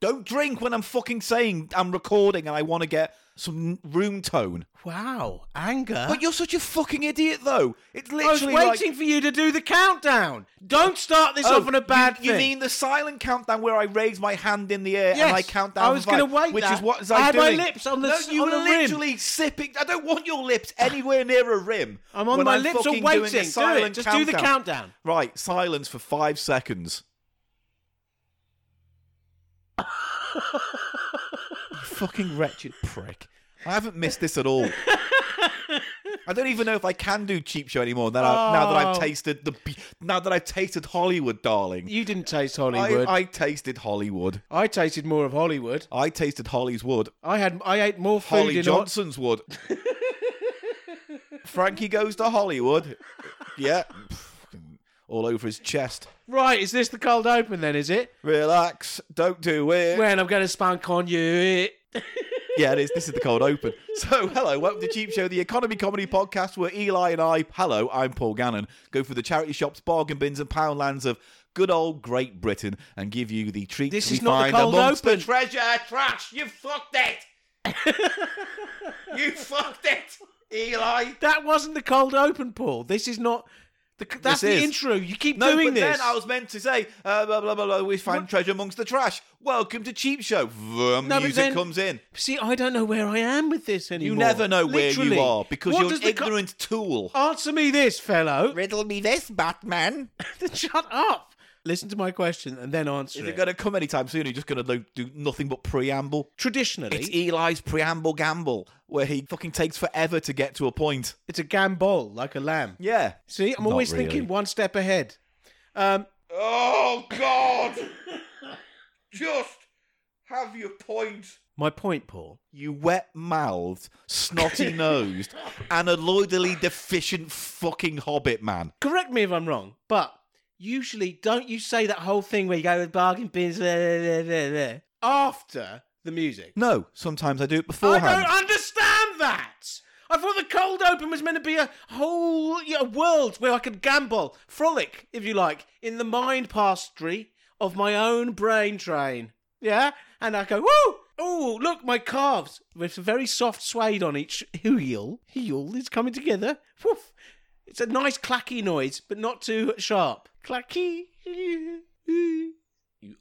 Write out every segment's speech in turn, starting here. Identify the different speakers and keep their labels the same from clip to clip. Speaker 1: Don't drink when I'm fucking saying I'm recording and I want to get some room tone.
Speaker 2: Wow, anger.
Speaker 1: But you're such a fucking idiot, though. It's
Speaker 2: I was
Speaker 1: literally like- oh,
Speaker 2: waiting for you to do the countdown. Don't start this off on a bad
Speaker 1: you, you
Speaker 2: thing.
Speaker 1: mean the silent countdown where I raise my hand in the air
Speaker 2: Yes,
Speaker 1: and I count down?
Speaker 2: I was
Speaker 1: going to
Speaker 2: gonna wait
Speaker 1: which is
Speaker 2: that.
Speaker 1: what is
Speaker 2: I
Speaker 1: I
Speaker 2: had my
Speaker 1: doing?
Speaker 2: lips on the
Speaker 1: No,
Speaker 2: s-
Speaker 1: you
Speaker 2: on the
Speaker 1: were
Speaker 2: rim.
Speaker 1: literally sipping. I don't want your lips anywhere near a rim.
Speaker 2: I'm on
Speaker 1: when
Speaker 2: my
Speaker 1: I'm
Speaker 2: lips
Speaker 1: fucking
Speaker 2: are
Speaker 1: doing a
Speaker 2: waiting. Do it.
Speaker 1: silent
Speaker 2: Just do the countdown.
Speaker 1: Right, silence for five seconds. you fucking wretched prick! I haven't missed this at all. I don't even know if I can do cheap show anymore. Now, I, now that I've
Speaker 2: Oh.
Speaker 1: tasted the, be- now that I've tasted Hollywood, darling.
Speaker 2: You didn't taste Hollywood.
Speaker 1: I,
Speaker 2: I,
Speaker 1: I tasted Hollywood.
Speaker 2: tasted more of Hollywood.
Speaker 1: I tasted Holly's wood.
Speaker 2: I had I ate more food
Speaker 1: Holly
Speaker 2: in
Speaker 1: Johnson's wood. Frankie goes to Hollywood. Yeah. Fucking All over his chest.
Speaker 2: Right, is this the cold open then, is it?
Speaker 1: Relax. Don't do it.
Speaker 2: When I'm going to spank on you.
Speaker 1: Yeah, it is. This is the cold open. So, hello, welcome to Cheap Show, the economy comedy podcast where Eli and I, hello, I'm Paul Gannon, go for the charity shops, bargain bins, and pound lands of good old Great Britain and give you the treats
Speaker 2: This
Speaker 1: we
Speaker 2: is not the
Speaker 1: find
Speaker 2: cold
Speaker 1: amongst the
Speaker 2: open.
Speaker 1: treasure trash. You fucked it. you fucked it, Eli.
Speaker 2: That wasn't the cold open, Paul. This is not. The,
Speaker 1: This
Speaker 2: that's the
Speaker 1: is.
Speaker 2: intro. You keep
Speaker 1: No,
Speaker 2: doing
Speaker 1: but
Speaker 2: this.
Speaker 1: then I was meant to say, uh, blah, blah, blah, blah, we find treasure amongst the trash. Welcome to Cheap Show. Vroom,
Speaker 2: No, but
Speaker 1: music
Speaker 2: then-
Speaker 1: comes in.
Speaker 2: See, I don't know where I am with this anymore.
Speaker 1: You never know where
Speaker 2: Literally.
Speaker 1: you are because
Speaker 2: What
Speaker 1: you're
Speaker 2: does
Speaker 1: an
Speaker 2: the co- Oh,
Speaker 1: ignorant tool.
Speaker 2: Answer me this, fellow.
Speaker 1: Riddle me this, Batman.
Speaker 2: Shut up. Listen to my question and then answer
Speaker 1: Is
Speaker 2: it.
Speaker 1: it going to come anytime soon? You're just going to do nothing but preamble.
Speaker 2: Traditionally,
Speaker 1: It's
Speaker 2: it's,
Speaker 1: Eli's preamble gamble, where he fucking takes forever to get to a point.
Speaker 2: a gamble, like a lamb.
Speaker 1: Yeah.
Speaker 2: See, I'm always thinking
Speaker 1: really.
Speaker 2: one step ahead. Um,
Speaker 1: Oh God! just have your point.
Speaker 2: my point, Paul.
Speaker 1: You wet mouthed, snotty nosed, analoidally deficient fucking hobbit man.
Speaker 2: Correct me if I'm wrong, but usually don't you say that whole thing where you go with bargain bins blah, blah, blah, blah, blah, after the music?
Speaker 1: No, sometimes I do it
Speaker 2: I
Speaker 1: beforehand.
Speaker 2: don't understand that. I thought the cold open was meant to be a whole you know, world where I could gamble, frolic, if you like, in the mind pastry of my own brain train. Yeah, and I go, woo! Oh, look, my calves with a very soft suede on each heel. Heel is coming together. Woof. It's a nice clacky noise, but not too sharp. Clacky.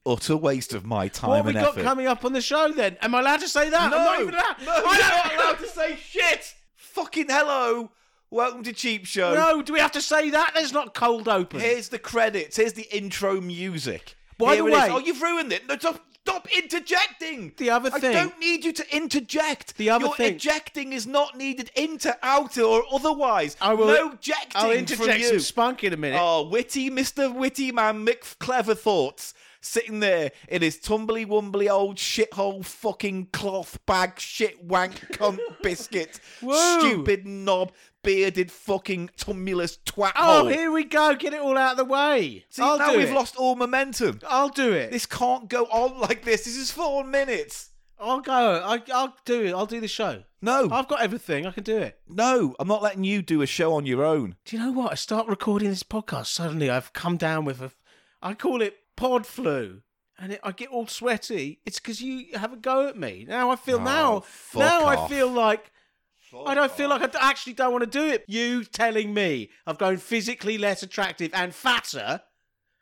Speaker 1: Utter waste of my time
Speaker 2: What have we
Speaker 1: and
Speaker 2: got
Speaker 1: effort.
Speaker 2: coming up on the show then? Am I allowed to say that?
Speaker 1: No,
Speaker 2: I'm not even allowed.
Speaker 1: no,
Speaker 2: I'm
Speaker 1: you're not allowed to say shit. Fucking hello. Welcome to Cheap Show.
Speaker 2: No, do we have to say that? That's not cold open.
Speaker 1: Here's the credits. Here's the intro music.
Speaker 2: By
Speaker 1: Here
Speaker 2: the
Speaker 1: it is.
Speaker 2: way-
Speaker 1: oh, you've ruined it. No, stop, stop interjecting.
Speaker 2: The other
Speaker 1: I
Speaker 2: thing-
Speaker 1: don't need you to interject.
Speaker 2: The other
Speaker 1: Your
Speaker 2: thing-
Speaker 1: ejecting is not needed. Into, outer, or otherwise.
Speaker 2: I will-
Speaker 1: No ejecting
Speaker 2: I'll
Speaker 1: from
Speaker 2: interject
Speaker 1: you.
Speaker 2: some spunk in a minute.
Speaker 1: Oh, witty Mr. Witty Man Mick Clever Thoughts sitting there in his tumbly wumbly old shithole fucking cloth bag shit wank cunt biscuit
Speaker 2: Whoa.
Speaker 1: stupid knob bearded fucking tumulus twat
Speaker 2: oh,
Speaker 1: hole.
Speaker 2: here we go. Get it all out of the way.
Speaker 1: See,
Speaker 2: I'll
Speaker 1: now
Speaker 2: do
Speaker 1: we've
Speaker 2: it.
Speaker 1: lost all momentum.
Speaker 2: I'll do it.
Speaker 1: This can't go on like this. This is four minutes.
Speaker 2: I'll go. I, I'll do it. I'll do the show.
Speaker 1: No,
Speaker 2: I've got everything. I can do it.
Speaker 1: no, I'm not letting you do a show on your own.
Speaker 2: Do you know what? I start recording this podcast. Suddenly, I've come down with a. I call it pod flu, and it, I get all sweaty. It's because you have a go at me. Now I feel
Speaker 1: Oh,
Speaker 2: now.
Speaker 1: fuck
Speaker 2: Now
Speaker 1: off.
Speaker 2: I feel like I don't feel like I d- actually don't want to do it. You telling me I've grown physically less attractive and fatter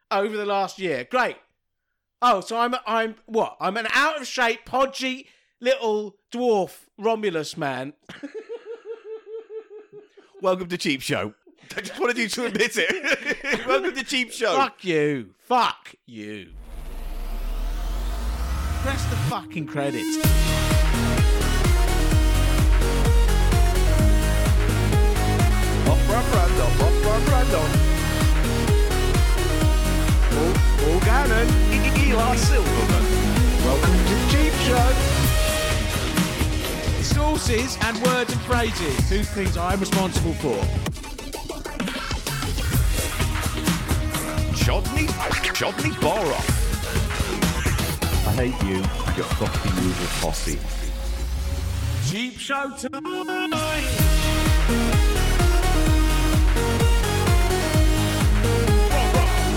Speaker 2: over the last year? Great. Oh, so I'm I'm what? I'm an out of shape, podgy little dwarf Romulus man.
Speaker 1: Welcome to Cheap Show. I just wanted you to admit it. Welcome to Cheap Show.
Speaker 2: Fuck you. Fuck you. That's the fucking credits.
Speaker 1: Bop, bop, brando, bop, bop, brando. Paul- Paul Gannon, E- E- Eli Silverman. Welcome to Cheap Show.
Speaker 2: Sources and words and phrases. Two things I'm responsible for.
Speaker 1: Chodney, Chodney Borov. I hate you, your fucking evil posse.
Speaker 2: Cheap show time.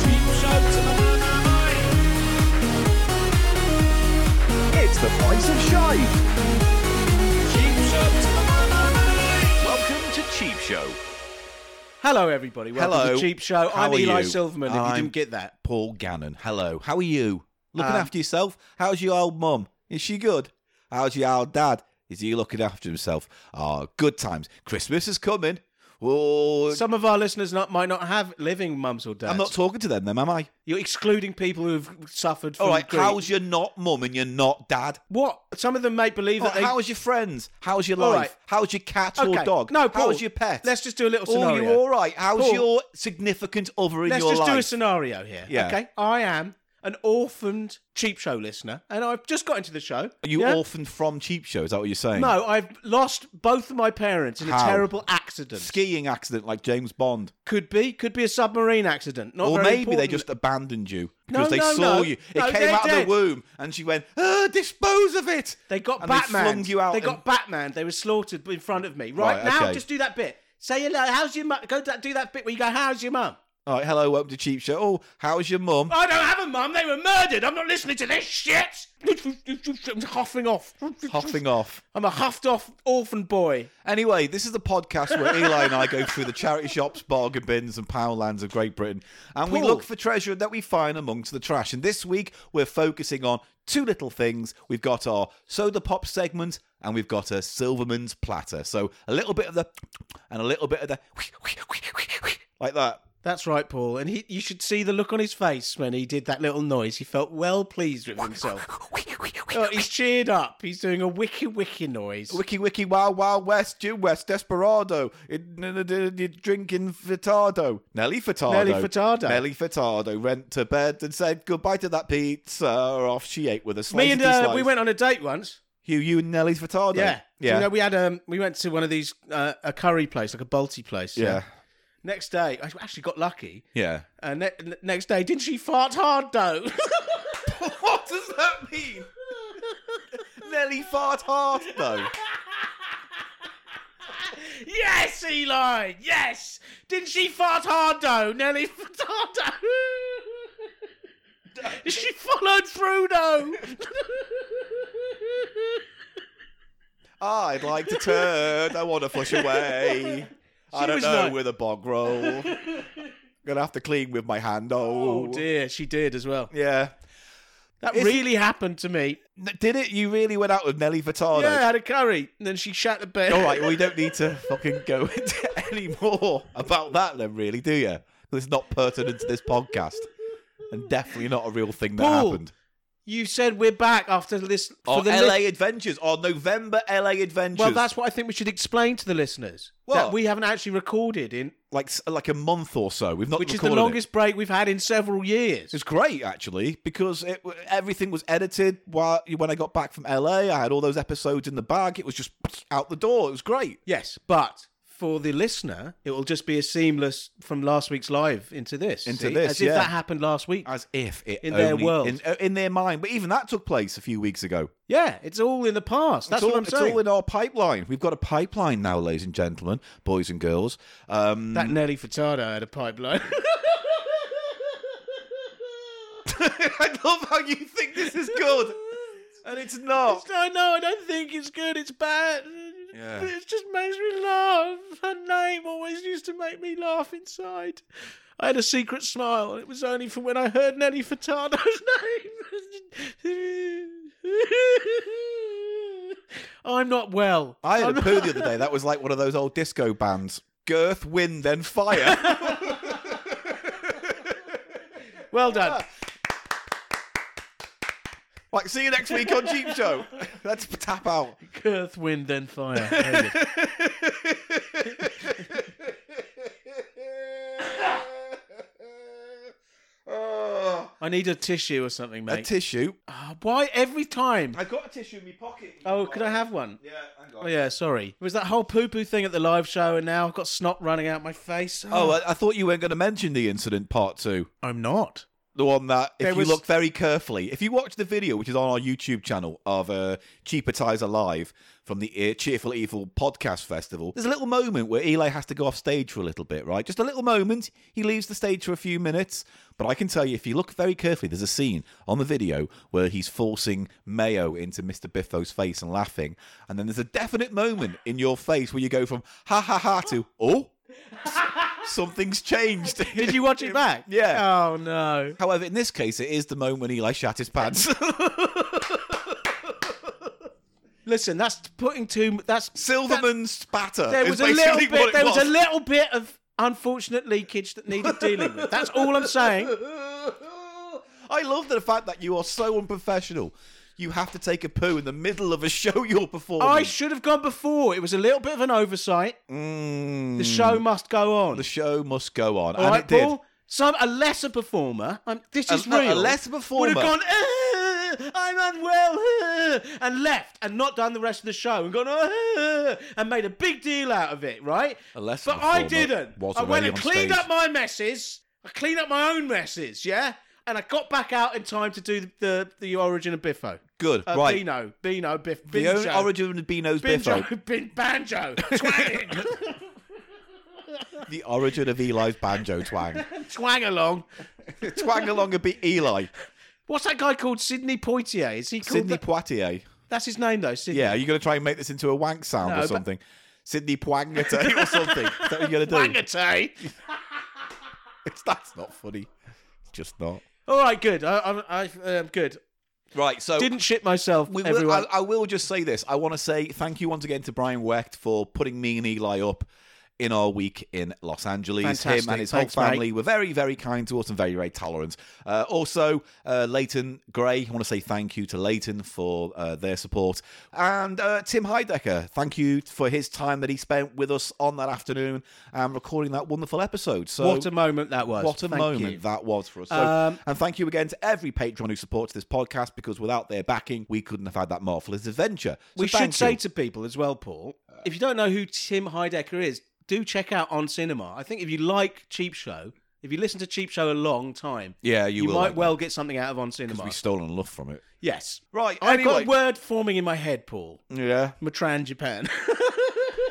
Speaker 3: Cheap show tonight.
Speaker 1: live.
Speaker 3: Cheap shots on the mind.
Speaker 1: Welcome to Cheap Show.
Speaker 2: Hello, everybody. Welcome
Speaker 1: Hello.
Speaker 2: to the Cheap Show.
Speaker 1: How
Speaker 2: I'm
Speaker 1: are
Speaker 2: Eli
Speaker 1: you?
Speaker 2: Silverman. If
Speaker 1: I'm-
Speaker 2: you didn't get that,
Speaker 1: Paul Gannon. Hello. How are you? Looking
Speaker 2: Um,
Speaker 1: after yourself? How's your old mum? Is she good? How's your old dad? Is he looking after himself? Oh, good times. Christmas is coming. Oh,
Speaker 2: some of our listeners not, might not have living mums or dads.
Speaker 1: I'm not talking to them, then, am I?
Speaker 2: You're excluding people who've suffered from.
Speaker 1: All right.
Speaker 2: grief.
Speaker 1: How's your not mum and your not dad?
Speaker 2: what? Some of them make believe
Speaker 1: All
Speaker 2: that
Speaker 1: right,
Speaker 2: they.
Speaker 1: how's your friends? How's your
Speaker 2: All
Speaker 1: life?
Speaker 2: right.
Speaker 1: How's Oh, your cat
Speaker 2: okay.
Speaker 1: or dog?
Speaker 2: No, Paul,
Speaker 1: how's your pet?
Speaker 2: Let's just do a little
Speaker 1: Oh,
Speaker 2: scenario.
Speaker 1: you all right? How's
Speaker 2: Paul.
Speaker 1: your significant other in
Speaker 2: Let's
Speaker 1: your
Speaker 2: just
Speaker 1: life?
Speaker 2: do a scenario here.
Speaker 1: Yeah.
Speaker 2: Okay. I am an orphaned cheap show listener, and I've just got into the show.
Speaker 1: Are you
Speaker 2: yeah?
Speaker 1: orphaned from cheap show? Is that what you're saying?
Speaker 2: No, I've lost both of my parents in
Speaker 1: How?
Speaker 2: a terrible accident.
Speaker 1: Skiing accident like James Bond.
Speaker 2: could be, could be a submarine accident. Not
Speaker 1: Or
Speaker 2: very
Speaker 1: maybe they
Speaker 2: important.
Speaker 1: just abandoned you
Speaker 2: No,
Speaker 1: because they
Speaker 2: no,
Speaker 1: saw
Speaker 2: no.
Speaker 1: you. It
Speaker 2: No,
Speaker 1: came
Speaker 2: they're
Speaker 1: out of
Speaker 2: dead.
Speaker 1: the womb, and she went, "Ah, "Dispose of it."
Speaker 2: They got
Speaker 1: and
Speaker 2: Batman.
Speaker 1: They flung you out.
Speaker 2: They
Speaker 1: and-
Speaker 2: got Batman. They were slaughtered in front of me. Right,
Speaker 1: Right,
Speaker 2: now,
Speaker 1: okay.
Speaker 2: just do that bit. Say hello. How's your mum? Go da- do that bit where you go. How's your mum?
Speaker 1: All right, hello, welcome to Cheap Show. Oh, how's your mum?
Speaker 2: I don't have a mum. They were murdered. I'm not listening to this shit. I'm huffing off.
Speaker 1: Huffing off.
Speaker 2: I'm a huffed off orphan boy.
Speaker 1: Anyway, this is the podcast where Eli and I go through the charity shops, bargain bins, and pound lands of Great Britain, and we
Speaker 2: Paul.
Speaker 1: look for treasure that we find amongst the trash. And this week, we're focusing on two little things. We've got our soda pop segment, and we've got a Silverman's platter. So a little bit of the, and a little bit of the, like that.
Speaker 2: That's right, Paul. And he, you should see the look on his face when he did that little noise. He felt well pleased with himself. Oh, he's cheered up. He's doing a wiki wiki noise.
Speaker 1: Wiki wiki wild wild west, Jew West, Desperado, in- in- in- in- in- drinking Furtado. Nelly Furtado.
Speaker 2: Nelly Furtado.
Speaker 1: Nelly Furtado went to bed and said goodbye to that pizza. Off she ate with a slice.
Speaker 2: Me and
Speaker 1: of
Speaker 2: uh,
Speaker 1: slice.
Speaker 2: we went on a date once.
Speaker 1: You, you and Nelly Furtado.
Speaker 2: Yeah,
Speaker 1: yeah,
Speaker 2: You know, we had um, we went to one of these uh, a curry place, like a Balti place.
Speaker 1: yeah,
Speaker 2: Next day, I actually got lucky.
Speaker 1: yeah.
Speaker 2: And ne- n- next day, didn't she fart hard though?
Speaker 1: What does that mean? Nelly fart hard though.
Speaker 2: yes, Eli. Yes. Didn't she fart hard though, Nelly fart hard though? she followed through though.
Speaker 1: I'd like to turn. I want to flush away. I don't
Speaker 2: was
Speaker 1: know
Speaker 2: like-
Speaker 1: with a bog roll. Gonna have to clean with my hand.
Speaker 2: oh dear, she did as well.
Speaker 1: Yeah.
Speaker 2: That
Speaker 1: Is-
Speaker 2: really happened to me.
Speaker 1: N- Did it? You really went out with Nelly Furtado?
Speaker 2: Yeah, I had a curry, and then she shat the bed.
Speaker 1: All right, well, you don't need to fucking go into any more about that, then, really, do you? 'Cause It's not pertinent to this podcast, and definitely not a real thing that
Speaker 2: Paul,
Speaker 1: happened.
Speaker 2: You said we're back after this
Speaker 1: Our
Speaker 2: for the
Speaker 1: LA
Speaker 2: li-
Speaker 1: Adventures, our November LA Adventures.
Speaker 2: Well, that's what I think we should explain to the listeners
Speaker 1: What?
Speaker 2: that we haven't actually recorded in,
Speaker 1: like s- like a month or so. We've not
Speaker 2: which is the
Speaker 1: recorded it.
Speaker 2: longest break we've had in several years.
Speaker 1: It's great actually because it, everything was edited while when I got back from LA. I had all those episodes in the bag. It was just out the door. It was great.
Speaker 2: Yes, but for the listener, it will just be a seamless from last week's live into this.
Speaker 1: Into
Speaker 2: see?
Speaker 1: this,
Speaker 2: as if
Speaker 1: yeah.
Speaker 2: that happened last week.
Speaker 1: As if it
Speaker 2: In their
Speaker 1: only-
Speaker 2: world.
Speaker 1: in, uh, in their mind. But even that took place a few weeks ago.
Speaker 2: yeah, it's all in the past. That's
Speaker 1: it's all,
Speaker 2: what I'm
Speaker 1: it's
Speaker 2: saying.
Speaker 1: all in our pipeline. We've got a pipeline now, ladies and gentlemen, boys and girls. Um,
Speaker 2: that Nelly Furtado had a pipeline.
Speaker 1: I love how you think this is good, and it's not.
Speaker 2: no, no, I don't think it's good. It's bad.
Speaker 1: Yeah.
Speaker 2: But it just makes me laugh. Her name always used to make me laugh inside. I had a secret smile, and it was only for when I heard Nelly Furtado's name. I'm not well.
Speaker 1: I had
Speaker 2: I'm
Speaker 1: a poo the other day. That was like one of those old disco bands. Girth, wind, then fire.
Speaker 2: Well done.
Speaker 1: Ah. like, see you next week on Cheap Show. Let's tap out.
Speaker 2: Earth, wind, then fire. Very good.
Speaker 1: Oh,
Speaker 2: I need a tissue or something,
Speaker 1: a
Speaker 2: mate.
Speaker 1: tissue.
Speaker 2: Ah, why every time?
Speaker 1: I've got a tissue in my pocket.
Speaker 2: Oh, could I have one?
Speaker 1: Yeah, hang
Speaker 2: Oh
Speaker 1: on.
Speaker 2: yeah, sorry. It was that whole poo poo thing at the live show, and now I've got snot running out my face.
Speaker 1: uh, Oh, I, I thought you weren't going to mention the incident part two.
Speaker 2: I'm not.
Speaker 1: the one that if
Speaker 2: There
Speaker 1: you
Speaker 2: was-
Speaker 1: look very carefully, if you watch the video which is on our YouTube channel of uh, Cheaper Ties Alive from the uh, Cheerful Evil Podcast Festival, there's a little moment where Eli has to go off stage for a little bit, right? Just a little moment. He leaves the stage for a few minutes, but I can tell you if you look very carefully, there's a scene on the video where he's forcing mayo into Mr. Biffo's face and laughing, and then there's a definite moment in your face where you go from ha ha ha to oh. Something's changed.
Speaker 2: Did you watch it back?
Speaker 1: Yeah.
Speaker 2: Oh no.
Speaker 1: However, in this case, it is the moment when Eli shat his pants.
Speaker 2: Listen, that's putting too. That's
Speaker 1: Silverman spatter.
Speaker 2: there
Speaker 1: is
Speaker 2: was a little
Speaker 1: basically
Speaker 2: bit.
Speaker 1: what it
Speaker 2: There was. a little bit of unfortunate leakage that needed dealing with. That's all I'm saying.
Speaker 1: I love the fact that you are so unprofessional. You have to take a poo in the middle of a show you're performing.
Speaker 2: I should have gone before. It was a little bit of an oversight.
Speaker 1: Mm,
Speaker 2: The show must go on.
Speaker 1: the show must go on,
Speaker 2: all
Speaker 1: and
Speaker 2: right,
Speaker 1: it did.
Speaker 2: Paul. Some a lesser performer. Um, this
Speaker 1: A-
Speaker 2: is
Speaker 1: no, a
Speaker 2: real.
Speaker 1: lesser
Speaker 2: would
Speaker 1: performer.
Speaker 2: have gone. "Ah, I'm unwell, ah," and left, and not done the rest of the show, and gone "Ah," and made a big deal out of it, right?
Speaker 1: A lesser
Speaker 2: but I
Speaker 1: performer
Speaker 2: didn't.
Speaker 1: was
Speaker 2: I went
Speaker 1: already
Speaker 2: and
Speaker 1: on
Speaker 2: cleaned
Speaker 1: stage.
Speaker 2: up my messes. I cleaned up my own messes, yeah. And I got back out in time to do the the, the origin of Biffo.
Speaker 1: Good,
Speaker 2: Uh,
Speaker 1: right.
Speaker 2: Bino, Bino, Biff,
Speaker 1: the
Speaker 2: Binjo,
Speaker 1: only origin of Eno's Biffo,
Speaker 2: Binjo, Bin, Banjo, twang,
Speaker 1: the origin of Eli's banjo twang,
Speaker 2: twang along.
Speaker 1: twang along a bit. Eli,
Speaker 2: What's that guy called? Sidney Poitier? Is he called?
Speaker 1: Sydney
Speaker 2: that?
Speaker 1: Poitier.
Speaker 2: That's his name though. Sidney.
Speaker 1: Yeah, are you going to try and make this into a wank sound
Speaker 2: No,
Speaker 1: or
Speaker 2: but-
Speaker 1: something? Sydney Poitier or something. Is that what you're going to do?
Speaker 2: Wangate.
Speaker 1: It's, that's not funny. It's just not.
Speaker 2: All right, good. I, I, I, am good.
Speaker 1: Right, so
Speaker 2: Didn't shit myself.
Speaker 1: we will,
Speaker 2: everyone.
Speaker 1: I, I will just say this. I want to say thank you once again to Brian Wecht for putting me and Eli up in our week in Los Angeles. Him
Speaker 2: Fantastic.
Speaker 1: and his
Speaker 2: Thanks,
Speaker 1: whole
Speaker 2: mate.
Speaker 1: family were very, very kind to us and very, very tolerant. Uh, also, uh, Leighton Gray, I want to say thank you to Leighton for uh, their support. And uh, Tim Heidecker, thank you for his time that he spent with us on that afternoon and recording that wonderful episode. So
Speaker 2: what a moment that was.
Speaker 1: what a
Speaker 2: Thank
Speaker 1: moment
Speaker 2: you.
Speaker 1: that was for us. So,
Speaker 2: Um,
Speaker 1: and thank you again to every patron who supports this podcast because without their backing, we couldn't have had that marvelous adventure. So
Speaker 2: we
Speaker 1: thank
Speaker 2: should say
Speaker 1: you.
Speaker 2: to people as well, Paul, if you don't know who Tim Heidecker is, do check out on cinema. I think if you like Cheap Show, if you listen to Cheap Show a long time,
Speaker 1: yeah, you,
Speaker 2: you,
Speaker 1: will
Speaker 2: might
Speaker 1: like that,
Speaker 2: well get something out of on cinema.
Speaker 1: 'cause we've stolen enough from it.
Speaker 2: Yes.
Speaker 1: Right,
Speaker 2: I've
Speaker 1: anyway.
Speaker 2: got a word forming in my head, Paul.
Speaker 1: Yeah,
Speaker 2: Matran Japan.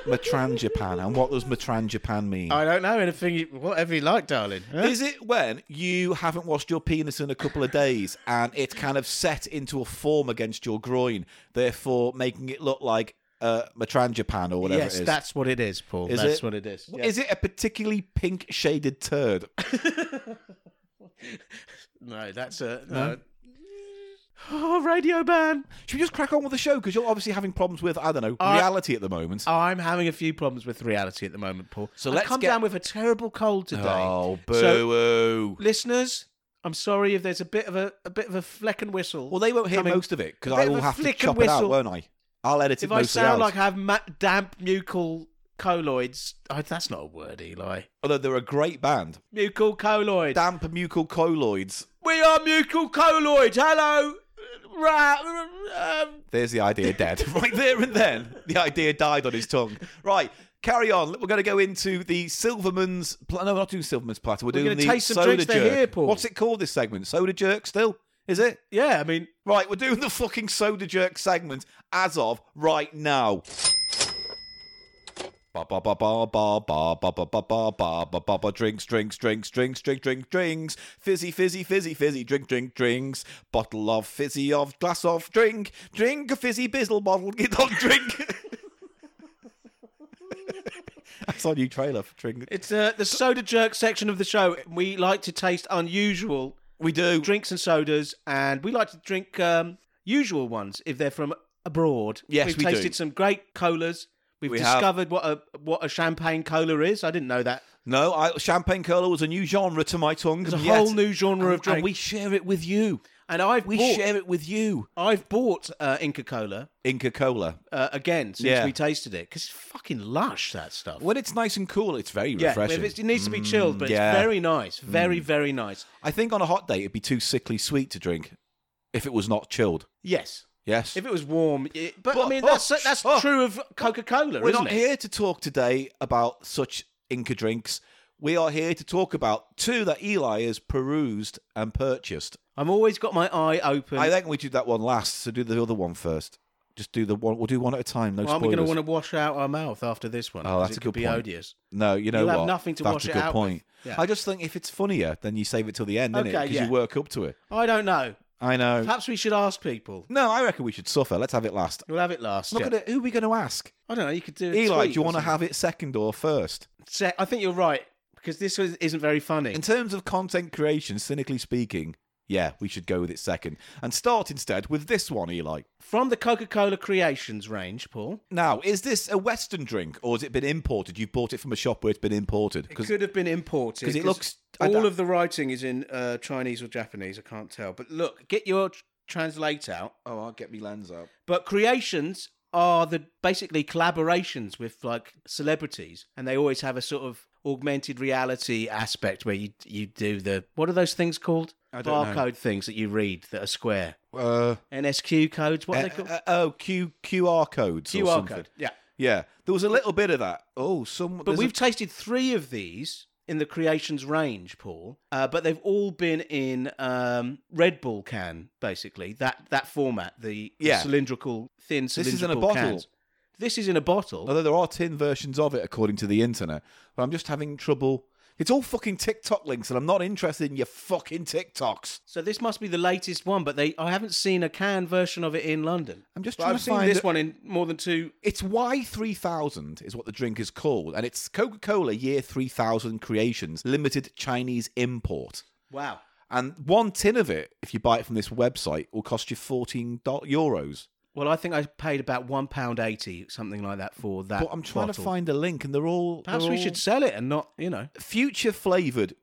Speaker 1: Matran Japan, and what does Matran Japan mean?
Speaker 2: I don't know anything. You, whatever you like, darling. Huh?
Speaker 1: is it when you haven't washed your penis in a couple of days and it's kind of set into a form against your groin, therefore making it look like uh, Matran Japan or whatever
Speaker 2: Yes,
Speaker 1: it is?
Speaker 2: that's what it is, Paul.
Speaker 1: Is
Speaker 2: that's
Speaker 1: it?
Speaker 2: what it is. Yeah.
Speaker 1: Is it a particularly pink shaded turd?
Speaker 2: No, that's a no. Oh, Radio Man.
Speaker 1: Should we just crack on with the show? Because you're obviously having problems with, I don't know,
Speaker 2: Uh,
Speaker 1: reality at the moment.
Speaker 2: I'm having a few problems with reality at the moment, Paul. So Oh.
Speaker 1: let's
Speaker 2: I come
Speaker 1: get-
Speaker 2: down with a terrible cold
Speaker 1: Oh,
Speaker 2: today. So,
Speaker 1: boo!
Speaker 2: listeners, I'm sorry if there's a bit of a, a bit of a fleck and whistle.
Speaker 1: well, they won't hear
Speaker 2: coming.
Speaker 1: most of it because
Speaker 2: A bit
Speaker 1: I
Speaker 2: of
Speaker 1: will
Speaker 2: a
Speaker 1: have to
Speaker 2: flick and
Speaker 1: chop it out,
Speaker 2: whistle.
Speaker 1: won't I? I'll edit it
Speaker 2: If I
Speaker 1: mostly
Speaker 2: sound
Speaker 1: out.
Speaker 2: like I have ma- damp mucal colloids, I, Oh, that's not a word, Eli.
Speaker 1: Although they're a great band,
Speaker 2: Mucal colloids.
Speaker 1: damp mucal colloids.
Speaker 2: we are mucal colloids. Hello. Right. Um,
Speaker 1: There's the idea dead. right there and then, the idea died on his tongue. Right, carry on. We're going to go into the Silverman's. Pl- no, we're not doing Silverman's platter. We're,
Speaker 2: We're
Speaker 1: doing the
Speaker 2: gonna taste some
Speaker 1: soda
Speaker 2: drinks,
Speaker 1: jerk.
Speaker 2: they're here, Paul.
Speaker 1: What's it called? This segment, soda jerk. Still, is it?
Speaker 2: yeah, I mean,
Speaker 1: Right, we're doing the fucking soda jerk segment as of right now. Ba ba ba ba ba ba ba ba ba ba ba ba ba ba drinks drinks drinks drinks drink drink drinks fizzy fizzy fizzy fizzy drink drink drinks bottle of fizzy of glass of drink drink a fizzy bizzle bottle get on drink. That's our new trailer for drink.
Speaker 2: It's uh, the soda jerk section of the show. We like to taste unusual
Speaker 1: We do
Speaker 2: drinks and sodas, and we like to drink um, usual ones if they're from abroad.
Speaker 1: Yes,
Speaker 2: we've
Speaker 1: we do.
Speaker 2: tasted some great colas. We've
Speaker 1: We have.
Speaker 2: discovered what a what a champagne cola is. I didn't know that.
Speaker 1: no I, champagne cola was a new genre to my tongue.
Speaker 2: There's a
Speaker 1: yet-
Speaker 2: whole new genre of drink,
Speaker 1: and
Speaker 2: and,
Speaker 1: we share it with you.
Speaker 2: I've
Speaker 1: We
Speaker 2: bought,
Speaker 1: share it with you.
Speaker 2: I've bought uh, Inca Cola
Speaker 1: Inca Cola.
Speaker 2: uh, again since
Speaker 1: Yeah.
Speaker 2: we tasted it because it's fucking lush that stuff.
Speaker 1: When it's nice and cool, it's very
Speaker 2: yeah,
Speaker 1: refreshing. Mm,
Speaker 2: if it's, it needs to be chilled, but
Speaker 1: yeah.
Speaker 2: it's very nice, very very nice.
Speaker 1: I think on a hot day, it'd be too sickly sweet to drink if it was not chilled.
Speaker 2: Yes.
Speaker 1: Yes.
Speaker 2: If it was warm, it, but,
Speaker 1: But-
Speaker 2: I mean
Speaker 1: oh,
Speaker 2: that's that's
Speaker 1: oh.
Speaker 2: true of Coca Cola,
Speaker 1: We're
Speaker 2: isn't
Speaker 1: not
Speaker 2: it?
Speaker 1: here to talk today about such Inca drinks. we are here to talk about two that Eli has perused and purchased.
Speaker 2: I've always got my eye open.
Speaker 1: I think we did that one last, so do the other one first. Just do the one. We'll do one at a time. No
Speaker 2: well, aren't we
Speaker 1: spoilers.
Speaker 2: going to want to wash out our mouth after this one?
Speaker 1: Oh,
Speaker 2: 'Cause
Speaker 1: that's
Speaker 2: it
Speaker 1: a
Speaker 2: could
Speaker 1: good
Speaker 2: be
Speaker 1: point.
Speaker 2: odious.
Speaker 1: No, you know
Speaker 2: You'll
Speaker 1: what?
Speaker 2: have nothing to
Speaker 1: That's
Speaker 2: wash
Speaker 1: a
Speaker 2: it
Speaker 1: good
Speaker 2: out
Speaker 1: point.
Speaker 2: with. Yeah.
Speaker 1: I just think if it's funnier, then you save it till the end,
Speaker 2: Okay,
Speaker 1: Because
Speaker 2: yeah.
Speaker 1: you work up to it.
Speaker 2: I don't know.
Speaker 1: I know.
Speaker 2: Perhaps we should ask people.
Speaker 1: No, I reckon we should suffer. Let's have it last.
Speaker 2: We'll have it last.
Speaker 1: Look
Speaker 2: yeah.
Speaker 1: at it. Who are we going to ask?
Speaker 2: I don't know. You could do. A
Speaker 1: Eli, do
Speaker 2: tweet
Speaker 1: you
Speaker 2: or
Speaker 1: want to
Speaker 2: something.
Speaker 1: have it second or first?
Speaker 2: Se- I think you're right because this was, isn't very funny.
Speaker 1: In terms of content creation, cynically speaking, yeah, we should go with it second and start instead with this one, Eli.
Speaker 2: From the Coca-Cola Creations range, Paul.
Speaker 1: Now, is this a Western drink or has it been imported? You bought it from a shop where it's been imported
Speaker 2: It
Speaker 1: because
Speaker 2: could have been imported
Speaker 1: 'cause it looks- I
Speaker 2: All
Speaker 1: don't-
Speaker 2: of the writing is in uh, Chinese or Japanese. I can't tell. But look, get your tr- translate out.
Speaker 1: oh, I'll get me lens out.
Speaker 2: But creations are the basically collaborations with like celebrities, and they always have a sort of augmented reality aspect where you you do the what are those things called?
Speaker 1: I don't know.
Speaker 2: Barcode things that you read that are square.
Speaker 1: Uh,
Speaker 2: NSQ codes. What are
Speaker 1: uh,
Speaker 2: they called?
Speaker 1: uh, oh, Q QR codes. or
Speaker 2: QR
Speaker 1: something.
Speaker 2: code. Yeah.
Speaker 1: Yeah, there was a little bit of that. Oh, some.
Speaker 2: But we've tasted three of these in the creations range, Paul. Uh, but they've all been in um, Red Bull can, basically that that format, the, the
Speaker 1: Yeah.
Speaker 2: cylindrical thin
Speaker 1: is in a
Speaker 2: cylindrical
Speaker 1: bottle.
Speaker 2: cans. This is in a bottle.
Speaker 1: although there are tin versions of it according to the internet. But I'm just having trouble. It's all fucking TikTok links, and I'm not interested in your fucking TikToks.
Speaker 2: So this must be the latest one, but they I haven't seen a can version of it in London.
Speaker 1: I'm just
Speaker 2: But
Speaker 1: trying
Speaker 2: I've
Speaker 1: to
Speaker 2: seen
Speaker 1: find
Speaker 2: this
Speaker 1: it-
Speaker 2: one in more than two.
Speaker 1: It's Y3000 is what the drink is called, and it's Coca-Cola Year 3000 Creations Limited Chinese Import.
Speaker 2: Wow.
Speaker 1: And one tin of it, if you buy it from this website, will cost you 14 do- euros.
Speaker 2: Well, I think I paid about one pound eighty, something like that, for that.
Speaker 1: But I'm trying
Speaker 2: bottle.
Speaker 1: to find Oh. a link, and they're all.
Speaker 2: Perhaps
Speaker 1: they're
Speaker 2: we
Speaker 1: all-
Speaker 2: should sell it and not, you know.
Speaker 1: future flavored,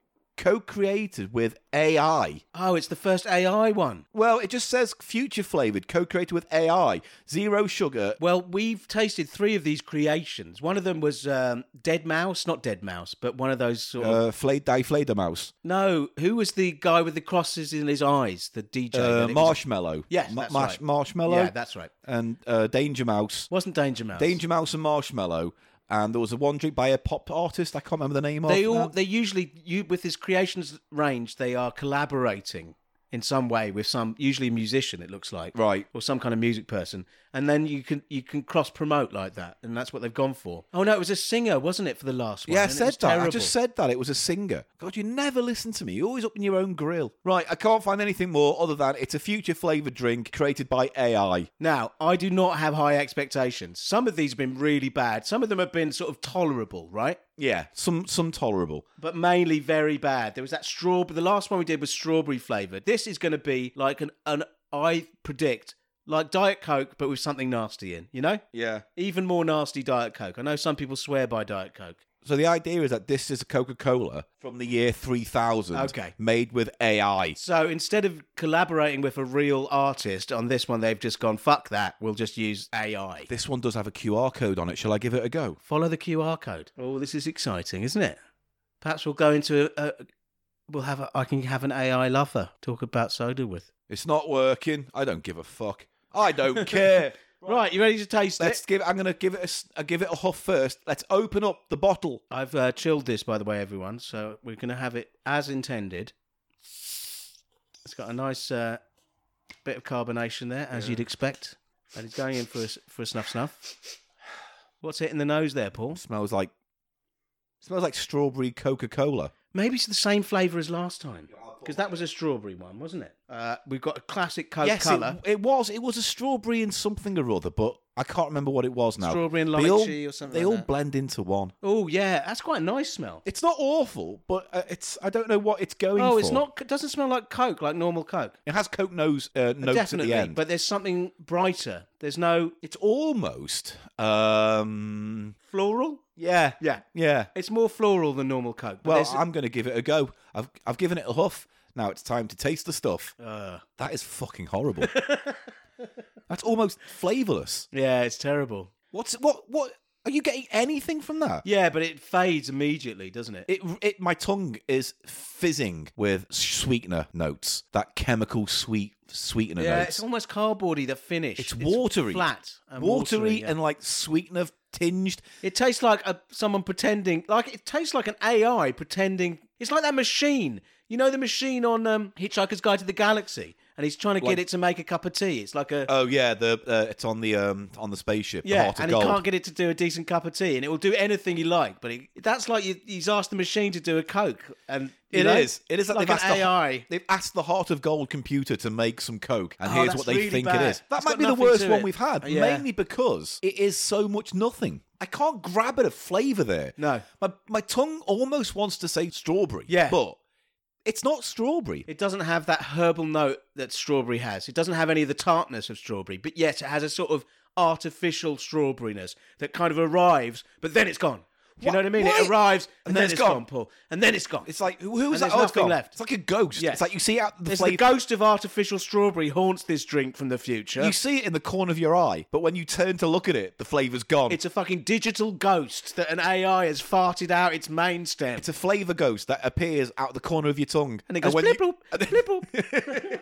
Speaker 1: co-created with AI.
Speaker 2: Oh, it's the first AI one.
Speaker 1: Well, it just says future flavored, co-created with AI, zero sugar.
Speaker 2: Well, we've tasted three of these creations. One of them was um, Dead Mouse, not Dead Mouse, but one of those sort of.
Speaker 1: Uh, flayed die flayed mouse.
Speaker 2: No, who was the guy with the crosses in his eyes? The DJ. that
Speaker 1: Uh,
Speaker 2: it was-
Speaker 1: marshmallow.
Speaker 2: Yes, that's right.
Speaker 1: Marshmallow.
Speaker 2: Yeah, that's right.
Speaker 1: and uh, Danger Mouse.
Speaker 2: Wasn't Danger Mouse.
Speaker 1: Danger Mouse and Marshmallow. And there was a one drink by a pop artist. I can't remember the name
Speaker 2: They
Speaker 1: of.
Speaker 2: all
Speaker 1: now.
Speaker 2: they usually you with his creations range they are collaborating in some way with some usually a musician it looks like
Speaker 1: Right.
Speaker 2: or some kind of music person and then you can you can cross promote like that and that's what they've gone for. Oh no, it was a singer, wasn't it for the last one?
Speaker 1: Yeah, I
Speaker 2: And it
Speaker 1: said
Speaker 2: was
Speaker 1: that. I
Speaker 2: terrible.
Speaker 1: just said that. It was a singer. God, you never listen to me. You're always up in your own grill. Right, I can't find anything more other than it's a future flavoured drink created by AI.
Speaker 2: Now, I do not have high expectations. Some of these have been really bad. Some of them have been sort of tolerable, right?
Speaker 1: Yeah, some some tolerable.
Speaker 2: But mainly very bad. There was that strawberry. The last one we did was strawberry flavored. This is going to be like an, an I predict like Diet Coke, but with something nasty in. You know,
Speaker 1: Yeah.
Speaker 2: even more nasty Diet Coke. I know some people swear by Diet Coke.
Speaker 1: So the idea is that this is a Coca-Cola from the year 3000.
Speaker 2: Okay.
Speaker 1: Made with AI.
Speaker 2: So instead of collaborating with a real artist on this one, they've just gone fuck that. We'll just use AI.
Speaker 1: This one does have a QR code on it. Shall I give it a go?
Speaker 2: Follow the QR code. Oh, this is exciting, isn't it? Perhaps we'll go into a. a we'll have. A, I can have an AI lover talk about soda with.
Speaker 1: It's not working. I don't give a fuck. I don't care.
Speaker 2: Right, you ready to taste
Speaker 1: Let's
Speaker 2: it?
Speaker 1: give. I'm gonna give it a. s- I'll give it a huff first. Let's open up the bottle.
Speaker 2: I've uh, chilled this, by the way, everyone. So we're going to have it as intended. It's got a nice uh, bit of carbonation there, as you'd expect, and it's going in for a, s- for a snuff snuff. What's hitting the nose there, Paul?
Speaker 1: smells like. Smells like strawberry Coca-Cola.
Speaker 2: Maybe it's the same flavour as last time, because that was a strawberry one, wasn't it? Uh, we've got a classic Coke
Speaker 1: yes, it-
Speaker 2: colour.
Speaker 1: It, was. It was a strawberry and something or other, but I can't remember what it was now.
Speaker 2: Strawberry and
Speaker 1: They all-
Speaker 2: lychee or something
Speaker 1: They
Speaker 2: like
Speaker 1: all
Speaker 2: that.
Speaker 1: blend into one.
Speaker 2: Oh yeah, that's quite a nice smell.
Speaker 1: It's not awful, but uh, it's. I don't know what it's going for.
Speaker 2: Oh, it's not. It doesn't smell like Coke, like normal Coke.
Speaker 1: It has Coke nose uh, notes
Speaker 2: Definitely,
Speaker 1: at the end.
Speaker 2: but there's something brighter. There's no. It's
Speaker 1: it's almost. Um,
Speaker 2: floral.
Speaker 1: yeah.
Speaker 2: Yeah,
Speaker 1: Yeah.
Speaker 2: it's more floral than normal Coke. but
Speaker 1: Well,
Speaker 2: there's-
Speaker 1: I'm going to give it a go. I've I've given it a huff. Now it's time to taste the stuff.
Speaker 2: Uh,
Speaker 1: That is fucking horrible. That's almost flavourless.
Speaker 2: yeah, it's terrible.
Speaker 1: What's what what are you getting anything from that?
Speaker 2: Yeah, but it fades immediately, doesn't it?
Speaker 1: It, it my tongue is fizzing with sweetener notes. That chemical sweet sweetener
Speaker 2: yeah,
Speaker 1: notes.
Speaker 2: it's almost cardboardy. The finish.
Speaker 1: It's watery.
Speaker 2: flat, and
Speaker 1: watery
Speaker 2: watery, yeah.
Speaker 1: and like sweetener tinged.
Speaker 2: It tastes like a, someone pretending, like it tastes like an AI pretending. It's like that machine. You know the machine on um, Hitchhiker's Guide to the Galaxy, and he's trying to
Speaker 1: Like-
Speaker 2: get it to make a cup of tea. It's like a
Speaker 1: Oh yeah, the uh, it's on the um on the spaceship. the
Speaker 2: yeah,
Speaker 1: heart of
Speaker 2: and
Speaker 1: gold.
Speaker 2: he can't get it to do a decent cup of tea, and it will do anything you like. But it, that's like you, he's asked the machine to do a coke, and you
Speaker 1: It is.
Speaker 2: know,
Speaker 1: It is like,
Speaker 2: like
Speaker 1: they've
Speaker 2: an
Speaker 1: asked the-
Speaker 2: AI.
Speaker 1: they've asked the Heart of Gold computer to make some coke, and
Speaker 2: Oh,
Speaker 1: here's
Speaker 2: that's
Speaker 1: what they
Speaker 2: really
Speaker 1: think it
Speaker 2: bad.
Speaker 1: is. That
Speaker 2: That's
Speaker 1: might
Speaker 2: got
Speaker 1: be the
Speaker 2: nothing
Speaker 1: worst
Speaker 2: to
Speaker 1: one
Speaker 2: it.
Speaker 1: we've had,
Speaker 2: Yeah.
Speaker 1: mainly because it is so much nothing. I can't grab at a flavour there.
Speaker 2: No.
Speaker 1: my my tongue almost wants to say strawberry.
Speaker 2: Yeah.
Speaker 1: but it's not strawberry.
Speaker 2: It doesn't have that herbal note that strawberry has. It doesn't have any of the tartness of strawberry, but yet it has a sort of artificial strawberryness that kind of arrives, but then it's gone. Do you
Speaker 1: Wha-
Speaker 2: know what I mean?
Speaker 1: what?
Speaker 2: It arrives and,
Speaker 1: And
Speaker 2: then, it's gone.
Speaker 1: gone.
Speaker 2: Paul. And then it's gone.
Speaker 1: It's like who, who is that?
Speaker 2: And there's
Speaker 1: Oh, it's
Speaker 2: nothing
Speaker 1: gone.
Speaker 2: left.
Speaker 1: It's like a ghost.
Speaker 2: Yeah.
Speaker 1: It's like you see out the
Speaker 2: It's the
Speaker 1: flavour.
Speaker 2: ghost of artificial strawberry haunts this drink from the future.
Speaker 1: you see it in the corner of your eye, but when you turn to look at it, the flavour's gone.
Speaker 2: It's a fucking digital ghost that an AI has farted out its main stem.
Speaker 1: It's a flavour ghost that appears out the corner of your tongue.
Speaker 2: and it goes
Speaker 1: when
Speaker 2: blip,
Speaker 1: you- Uh,
Speaker 2: bloop, blip, bloop.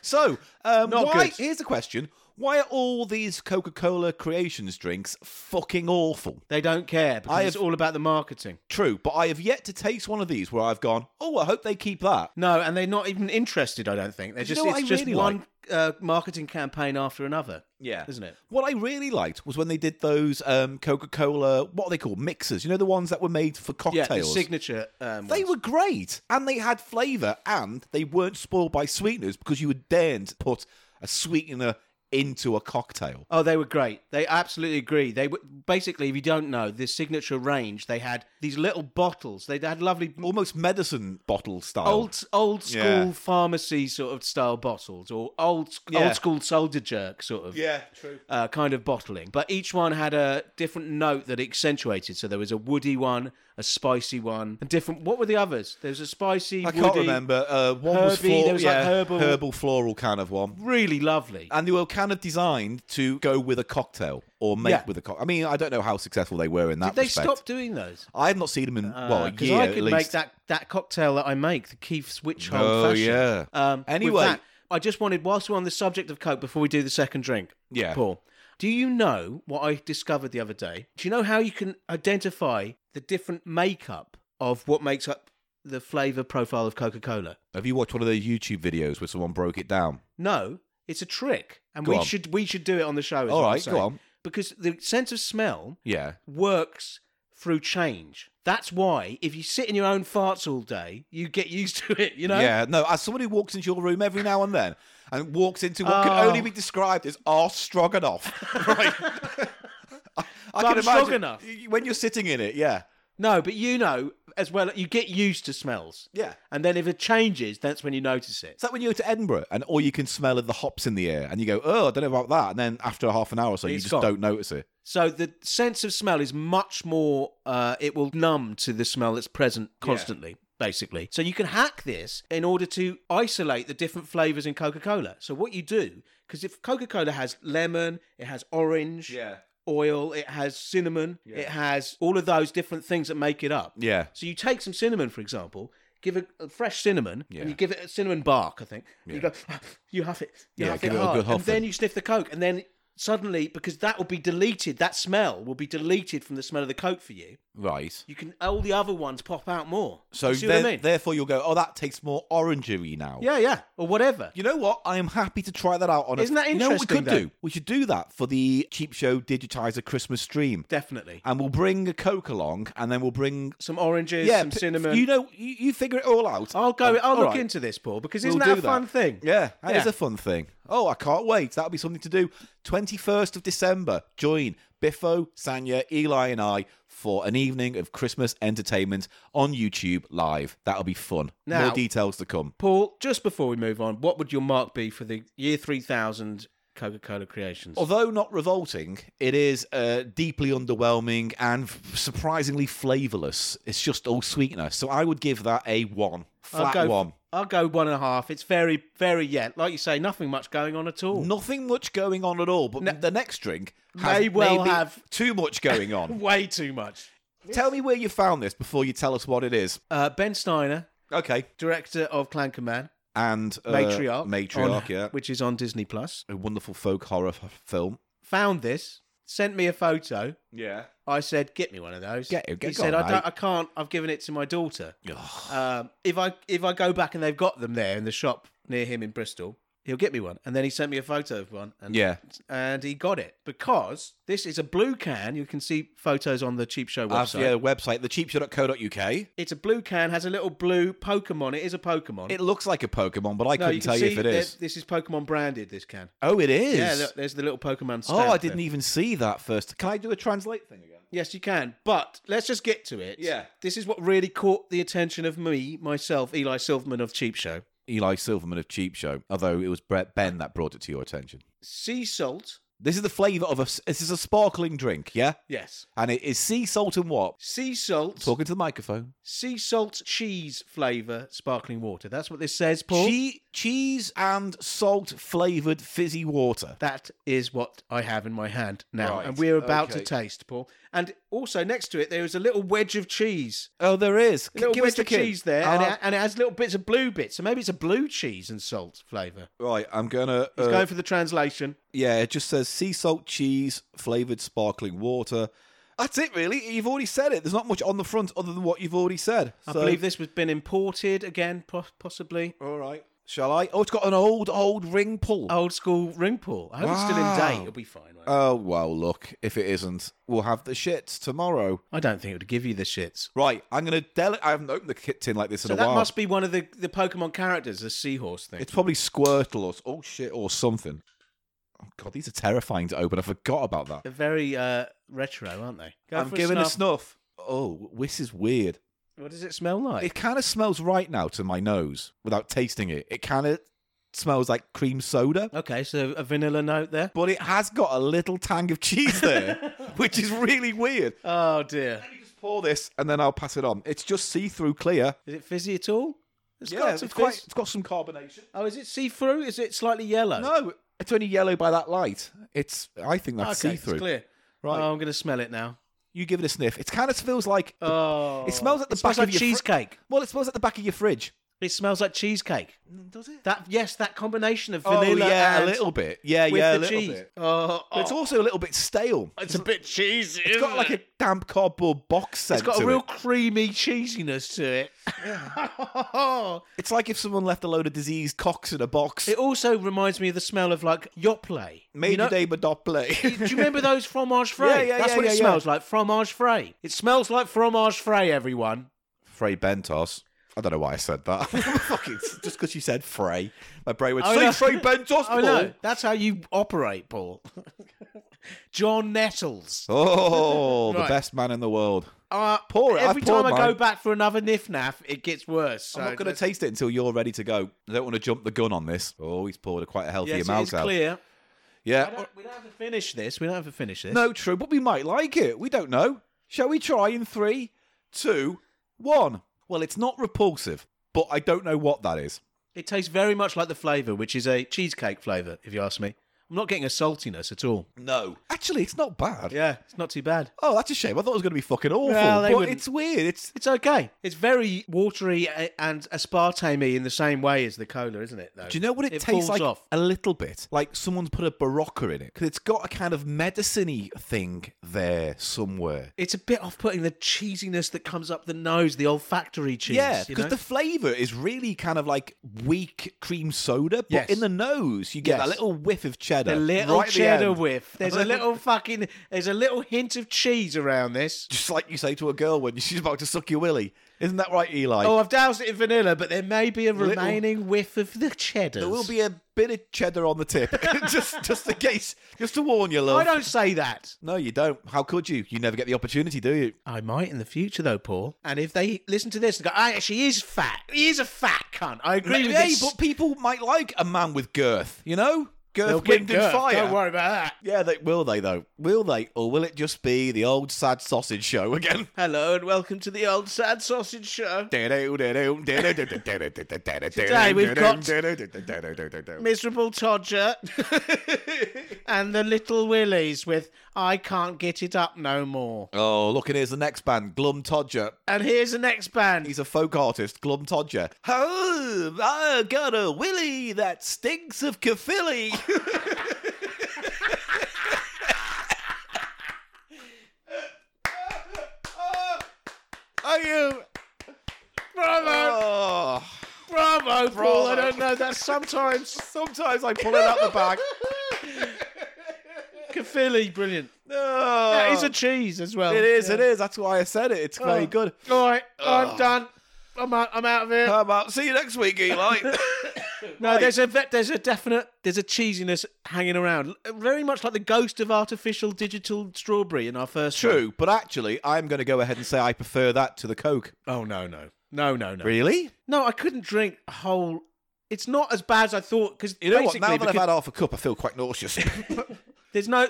Speaker 1: So, um,
Speaker 2: Not
Speaker 1: why?
Speaker 2: good.
Speaker 1: Here's a question: Why are all these Coca-Cola creations drinks fucking awful?
Speaker 2: They don't care because
Speaker 1: I
Speaker 2: it's
Speaker 1: have-
Speaker 2: all about the marketing.
Speaker 1: True, but I have yet to taste one of these where I've gone, "Oh, I hope they keep that."
Speaker 2: No, and they're not even interested. I don't think they're just
Speaker 1: know what
Speaker 2: it's
Speaker 1: I
Speaker 2: just
Speaker 1: really
Speaker 2: one uh, marketing campaign after another.
Speaker 1: Yeah,
Speaker 2: isn't it?
Speaker 1: What I really liked was when they did those um, Coca-Cola, what are they called? Mixers. You know the ones that were made for
Speaker 2: Yeah,
Speaker 1: cocktails.
Speaker 2: the signature. Um,
Speaker 1: they
Speaker 2: ones.
Speaker 1: were great, and they had flavour, and they weren't spoiled by sweeteners because you were daring to put a sweetener into a cocktail.
Speaker 2: Oh, they were great. They absolutely agree. They were, basically, if you don't know, the signature range they had these little bottles. They had lovely
Speaker 1: Almost medicine bottle style.
Speaker 2: old old school
Speaker 1: Yeah.
Speaker 2: pharmacy sort of style bottles or old
Speaker 1: Yeah.
Speaker 2: old school soldier jerk sort of
Speaker 1: yeah, true.
Speaker 2: uh, kind of bottling. But each one had a different note that it accentuated. So there was a woody one, a spicy one, and different. What were the others? There was a spicy.
Speaker 1: I
Speaker 2: woody,
Speaker 1: can't remember. Uh, one was
Speaker 2: herby,
Speaker 1: floral,
Speaker 2: there was, like,
Speaker 1: yeah,
Speaker 2: herbal-
Speaker 1: floral kind of one.
Speaker 2: Really lovely.
Speaker 1: And they were kind of designed to go with a cocktail or make
Speaker 2: Yeah.
Speaker 1: with a cocktail. I mean, I don't know how successful they were in that
Speaker 2: They
Speaker 1: respect.
Speaker 2: stopped doing those.
Speaker 1: I have not seen them in well a
Speaker 2: Because
Speaker 1: year
Speaker 2: Uh, I
Speaker 1: at
Speaker 2: could
Speaker 1: least.
Speaker 2: make that, that cocktail that I make, the Keith's Witch Hole
Speaker 1: Oh,
Speaker 2: fashion.
Speaker 1: yeah.
Speaker 2: Um, with
Speaker 1: Anyway.
Speaker 2: that, I just wanted, whilst we're on the subject of Coke, before we do the second drink,
Speaker 1: Yeah.
Speaker 2: Paul, do you know what I discovered the other day? Do you know how you can identify the different makeup of what makes up the flavour profile of Coca Cola?
Speaker 1: Have you watched one of those YouTube videos where someone broke it down?
Speaker 2: No, it's a trick, and
Speaker 1: Go
Speaker 2: we
Speaker 1: on.
Speaker 2: should we should do it on the show. is
Speaker 1: All
Speaker 2: what I'm
Speaker 1: right, go
Speaker 2: saying.
Speaker 1: on.
Speaker 2: Because the sense of smell
Speaker 1: Yeah.
Speaker 2: works through change. That's why if you sit in your own farts all day, you get used to it, you know?
Speaker 1: Yeah, no, as someone who walks into your room every now and then and walks into what can
Speaker 2: Oh.
Speaker 1: only be described as arse stroganoff. right. I, I
Speaker 2: Barb
Speaker 1: can imagine
Speaker 2: Stroganoff.
Speaker 1: when you're sitting in it, yeah.
Speaker 2: No, but you know as well you get used to smells.
Speaker 1: Yeah.
Speaker 2: And then if it changes, that's when you notice it.
Speaker 1: Is that when you go to Edinburgh and all you can smell are the hops in the air and you go, oh, I don't know about that. And then after half an hour or so, you
Speaker 2: It's
Speaker 1: just
Speaker 2: gone.
Speaker 1: don't notice it.
Speaker 2: So the sense of smell is much more uh, it will numb to the smell that's present constantly. Basically, so you can hack this in order to isolate the different flavors in Coca Cola. So, what you do, because if Coca Cola has lemon, it has orange, oil, it has cinnamon, it has all of those different things that make it up.
Speaker 1: Yeah.
Speaker 2: So you take some cinnamon, for example, give it a fresh cinnamon,
Speaker 1: Yeah.
Speaker 2: and you give it a cinnamon bark, I think. You go, you huff it, you
Speaker 1: Yeah,
Speaker 2: huff
Speaker 1: give
Speaker 2: it,
Speaker 1: it a
Speaker 2: hard,
Speaker 1: good huff
Speaker 2: and then
Speaker 1: and-
Speaker 2: you sniff the coke, and then suddenly, because that will be deleted, that smell will be deleted from the smell of the coke for you.
Speaker 1: Right.
Speaker 2: You can all the other ones pop out more.
Speaker 1: So
Speaker 2: you see
Speaker 1: then-
Speaker 2: what I mean?
Speaker 1: therefore, you'll go, oh, that tastes more orangery now.
Speaker 2: yeah, yeah, or whatever.
Speaker 1: You know what? I am happy to try that out on a.
Speaker 2: Isn't that
Speaker 1: You know what we could
Speaker 2: interesting, though?
Speaker 1: do? We should do that for the Cheap Show Digitizer Christmas stream.
Speaker 2: Definitely
Speaker 1: And we'll bring a Coke along and then we'll bring.
Speaker 2: some oranges, some
Speaker 1: p-
Speaker 2: cinnamon.
Speaker 1: You know, you, you figure it all out.
Speaker 2: I'll go.
Speaker 1: Um,
Speaker 2: I'll
Speaker 1: all
Speaker 2: look
Speaker 1: right.
Speaker 2: into this, Paul, because
Speaker 1: We'll
Speaker 2: isn't
Speaker 1: do
Speaker 2: that a fun thing?
Speaker 1: Yeah, that is
Speaker 2: Yeah.
Speaker 1: a fun thing. Oh, I can't wait. That'll be something to do. 21st of December, join Biffo, Sanya, Eli, and I for an evening of Christmas entertainment on YouTube live. That'll be fun.
Speaker 2: Now-
Speaker 1: More details to come.
Speaker 2: Paul, just before we move on, what would your mark be for the year 3000 Coca Cola creations?
Speaker 1: Although not revolting, it is uh, deeply underwhelming and f- surprisingly flavourless. It's just all sweetness. So I would give that a one, flat
Speaker 2: go,
Speaker 1: one.
Speaker 2: I'll go one and a half. It's very, very, yeah, like you say, nothing much going on at all.
Speaker 1: Nothing much going on at all, but the next drink has
Speaker 2: May well
Speaker 1: maybe
Speaker 2: have-
Speaker 1: too much going on.
Speaker 2: Way too much.
Speaker 1: Tell me where you found this before you tell us what it is.
Speaker 2: Uh, ben Steiner,
Speaker 1: Okay.
Speaker 2: director of Clan Command,
Speaker 1: And uh,
Speaker 2: Matriarch.
Speaker 1: Matriarch,
Speaker 2: on-
Speaker 1: yeah.
Speaker 2: Which is on Disney Plus.
Speaker 1: A wonderful folk horror f- film.
Speaker 2: Found this, sent me a photo.
Speaker 1: Yeah.
Speaker 2: I said, "Get me one of those."
Speaker 1: Get it, get
Speaker 2: he said,
Speaker 1: one,
Speaker 2: "I don't,
Speaker 1: mate."
Speaker 2: I can't. I've given it to my daughter. Um, if I if I go back and they've got them there in the shop near him in Bristol, he'll get me one." And then he sent me a photo of one. And,
Speaker 1: Yeah.
Speaker 2: and he got it because this is a blue can. You can see photos on the cheap show
Speaker 1: Website.
Speaker 2: website.
Speaker 1: Yeah, website, thecheapshow.co.uk.
Speaker 2: It's a blue can. Has a little blue Pokemon. It is a Pokemon.
Speaker 1: It looks like a Pokemon, but I
Speaker 2: No,
Speaker 1: couldn't
Speaker 2: can
Speaker 1: tell you if
Speaker 2: see
Speaker 1: it
Speaker 2: that
Speaker 1: is.
Speaker 2: This is Pokemon branded. This can.
Speaker 1: Oh, it is.
Speaker 2: Yeah, look, there's the little Pokemon.
Speaker 1: oh,
Speaker 2: stamp
Speaker 1: I
Speaker 2: there.
Speaker 1: didn't even see that first. Can I do a translate thing again?
Speaker 2: Yes, you can. But let's just get to it.
Speaker 1: Yeah.
Speaker 2: This is what really caught the attention of me, myself, Eli Silverman of Cheap Show.
Speaker 1: Eli Silverman of Cheap Show, although it was Brett Ben that brought it to your attention.
Speaker 2: Sea salt.
Speaker 1: This is the flavour of a. This is a sparkling drink, yeah?
Speaker 2: Yes.
Speaker 1: And it is sea salt and what?
Speaker 2: Sea salt.
Speaker 1: Talking to the microphone.
Speaker 2: Sea salt cheese flavour sparkling water. That's what this says, Paul.
Speaker 1: Che- cheese and salt flavoured fizzy water.
Speaker 2: That is what I have in my hand now.
Speaker 1: Right,
Speaker 2: And we're about
Speaker 1: okay.
Speaker 2: to taste, Paul. And also next to it, there is a little wedge of cheese.
Speaker 1: Oh, there is.
Speaker 2: A little
Speaker 1: Give us
Speaker 2: wedge
Speaker 1: the
Speaker 2: of
Speaker 1: kid.
Speaker 2: cheese there.
Speaker 1: Ah,
Speaker 2: And, it, and it has little bits of blue bits. So maybe it's a blue cheese and salt flavour.
Speaker 1: right, I'm gonna.
Speaker 2: He's
Speaker 1: uh,
Speaker 2: going for the translation.
Speaker 1: yeah, it just says sea salt cheese flavoured sparkling water. That's it, really. You've already said it. There's not much on the front other than what you've already said.
Speaker 2: I believe this was been imported again, po- possibly.
Speaker 1: All right. Shall I? Oh, it's got an old, old ring pull.
Speaker 2: Old school ring pull. I hope it's still in
Speaker 1: Wow.
Speaker 2: date. It'll be fine. won't it?
Speaker 1: Oh, well, look, if it isn't, we'll have the shits tomorrow.
Speaker 2: I don't think it would give you the shits.
Speaker 1: Right, I'm going to del- I haven't opened the kit tin like this
Speaker 2: So
Speaker 1: in a
Speaker 2: that
Speaker 1: while.
Speaker 2: must be one of the, the Pokemon characters, the seahorse thing.
Speaker 1: It's probably Squirtle or, oh shit, or something. Oh, God, these are terrifying to open. I forgot about that.
Speaker 2: They're very uh, retro, aren't they? Go
Speaker 1: I'm
Speaker 2: for
Speaker 1: giving
Speaker 2: snuff.
Speaker 1: a snuff. Oh, this is weird.
Speaker 2: What does it smell like?
Speaker 1: It kind of smells right now to my nose without tasting it. It kind of smells like cream soda,
Speaker 2: okay, so a vanilla note there.
Speaker 1: but it has got a little tang of cheese there, which is really weird.
Speaker 2: Oh dear.
Speaker 1: Let me just pour this and then I'll pass it on. It's just see through clear.
Speaker 2: Is it fizzy at all? It's
Speaker 1: yeah,
Speaker 2: got
Speaker 1: it's
Speaker 2: some
Speaker 1: quite.
Speaker 2: fizz.
Speaker 1: It's got some carbonation.
Speaker 2: Oh, is it see through? Is it slightly yellow?
Speaker 1: No, it's only yellow by that light. It's. I think
Speaker 2: okay,
Speaker 1: that's see
Speaker 2: It's
Speaker 1: through.
Speaker 2: clear.
Speaker 1: Right.
Speaker 2: Oh, I'm going to smell it now.
Speaker 1: You give it a sniff. It kind of smells like.
Speaker 2: Oh.
Speaker 1: It smells at the
Speaker 2: it smells
Speaker 1: back of
Speaker 2: like
Speaker 1: your fri-
Speaker 2: cheesecake.
Speaker 1: Well, it smells at the back of your fridge.
Speaker 2: It smells like cheesecake.
Speaker 1: Does it?
Speaker 2: That yes, that combination of vanilla
Speaker 1: oh yeah, a
Speaker 2: and
Speaker 1: little bit. Yeah,
Speaker 2: with
Speaker 1: yeah,
Speaker 2: the
Speaker 1: a little
Speaker 2: cheese.
Speaker 1: bit.
Speaker 2: Oh,
Speaker 1: But it's
Speaker 2: oh,
Speaker 1: also a little bit stale.
Speaker 2: it's a bit cheesy.
Speaker 1: It's got like a damp cardboard box scent.
Speaker 2: it's got
Speaker 1: to
Speaker 2: a real
Speaker 1: It.
Speaker 2: creamy cheesiness to it.
Speaker 1: It's like if someone left a load of diseased cocks in a box.
Speaker 2: it also reminds me of the smell of like yoplait.
Speaker 1: Made
Speaker 2: you know,
Speaker 1: your day, but not play.
Speaker 2: Do you remember those fromage frais?
Speaker 1: Yeah, yeah,
Speaker 2: That's
Speaker 1: yeah,
Speaker 2: what
Speaker 1: yeah,
Speaker 2: it
Speaker 1: yeah.
Speaker 2: smells like. Fromage frais. It smells like fromage frais. Everyone.
Speaker 1: Frey Bentos. I don't know why I said that. Fucking just because you said Frey, my brain went
Speaker 2: I
Speaker 1: say
Speaker 2: know.
Speaker 1: Frey Bentos.
Speaker 2: Oh
Speaker 1: Paul.
Speaker 2: no, that's how you operate, Paul. John Nettles.
Speaker 1: Oh, the
Speaker 2: Right.
Speaker 1: best man in the world.
Speaker 2: Uh,
Speaker 1: Pour it, I've
Speaker 2: Every time
Speaker 1: poured
Speaker 2: I go
Speaker 1: mine.
Speaker 2: back for another niff naff, it gets worse. So
Speaker 1: I'm not going
Speaker 2: let's-
Speaker 1: to taste it until you're ready to go. I don't want to jump the gun on this. Oh, he's poured a quite a healthy
Speaker 2: Yes, it
Speaker 1: amount
Speaker 2: is
Speaker 1: out.
Speaker 2: clear.
Speaker 1: Yeah.
Speaker 2: I don't- we don't have to finish this. We don't have to finish this.
Speaker 1: No, true, but we might like it. We don't know. Shall we try in three, two, one? Well, it's not repulsive, but I don't know what that is.
Speaker 2: It tastes very much like the flavour, which is a cheesecake flavour, if you ask me. I'm not getting a saltiness at all.
Speaker 1: No. Actually, it's not bad.
Speaker 2: Yeah, it's not too bad.
Speaker 1: Oh, that's a shame. I thought it was going to be fucking awful.
Speaker 2: Well, they
Speaker 1: but
Speaker 2: wouldn't.
Speaker 1: it's weird. It's
Speaker 2: It's okay. It's very watery a- and aspartame in the same way as the cola, isn't it? Though.
Speaker 1: Do you know what it,
Speaker 2: it
Speaker 1: tastes
Speaker 2: falls
Speaker 1: like?
Speaker 2: Off.
Speaker 1: A little bit, like someone's put a barocca in it, because it's got a kind of medicine-y thing there somewhere.
Speaker 2: It's a bit off-putting the cheesiness that comes up the nose, the olfactory cheese.
Speaker 1: yeah,
Speaker 2: you
Speaker 1: because
Speaker 2: know?
Speaker 1: the flavour is really kind of like weak cream soda, but
Speaker 2: Yes.
Speaker 1: in the nose you get that
Speaker 2: Yes.
Speaker 1: little whiff of cheddar.
Speaker 2: The little
Speaker 1: right at the
Speaker 2: cheddar
Speaker 1: end.
Speaker 2: whiff. There's a little fucking. There's a little hint of cheese around this.
Speaker 1: just like you say to a girl when she's about to suck your willy. Isn't that right, Eli?
Speaker 2: Oh, I've doused it in vanilla, but there may be a
Speaker 1: Little-
Speaker 2: remaining whiff of the cheddar.
Speaker 1: there will be a bit of cheddar on the tip, just just in case, just to warn you, love.
Speaker 2: I don't say that.
Speaker 1: No, you don't. How could you? You never get the opportunity, do you?
Speaker 2: I might in the future, though, Paul. And if they listen to this and go, "Ah, she is fat. He is a fat cunt." I agree with
Speaker 1: hey,
Speaker 2: this.
Speaker 1: but people might like a man with girth. You know,
Speaker 2: They'll
Speaker 1: girth,
Speaker 2: get
Speaker 1: wind,
Speaker 2: girth.
Speaker 1: and fire.
Speaker 2: Don't worry about that.
Speaker 1: Yeah, they, will they though? Will they, or will it just be the old sad sausage show again?
Speaker 2: Hello and welcome to the old sad sausage show.
Speaker 1: Today
Speaker 2: we've got- Miserable Todger and the Little Willies with "I can't get it up no more."
Speaker 1: Oh, look, and here's the next band, Glum Todger.
Speaker 2: And here's the next band.
Speaker 1: He's a folk artist, Glum Todger. Oh, I got a willy that stinks of kafili.
Speaker 2: Oh.
Speaker 1: Oh,
Speaker 2: know, Paul. I
Speaker 1: Bravo.
Speaker 2: don't know. That's sometimes
Speaker 1: Sometimes I pull it out the bag.
Speaker 2: Cafilli, brilliant.
Speaker 1: No.
Speaker 2: That is a cheese as well.
Speaker 1: It is,
Speaker 2: Yeah.
Speaker 1: it is. That's why I said it. It's very
Speaker 2: Oh.
Speaker 1: good.
Speaker 2: All right,
Speaker 1: Ugh.
Speaker 2: I'm done. I'm out. I'm out of here.
Speaker 1: How about see you next week, Eli?
Speaker 2: no, there's a ve- there's a definite there's a cheesiness hanging around, very much like the ghost of artificial digital strawberry in our first. one.
Speaker 1: True, but actually, I'm going to go ahead and say I prefer that to the Coke.
Speaker 2: Oh no no no no no.
Speaker 1: Really?
Speaker 2: No, I couldn't drink a whole. It's not as bad as I thought because
Speaker 1: You know what?
Speaker 2: basically
Speaker 1: Now that I've
Speaker 2: because
Speaker 1: had half a cup, I feel quite nauseous.
Speaker 2: there's no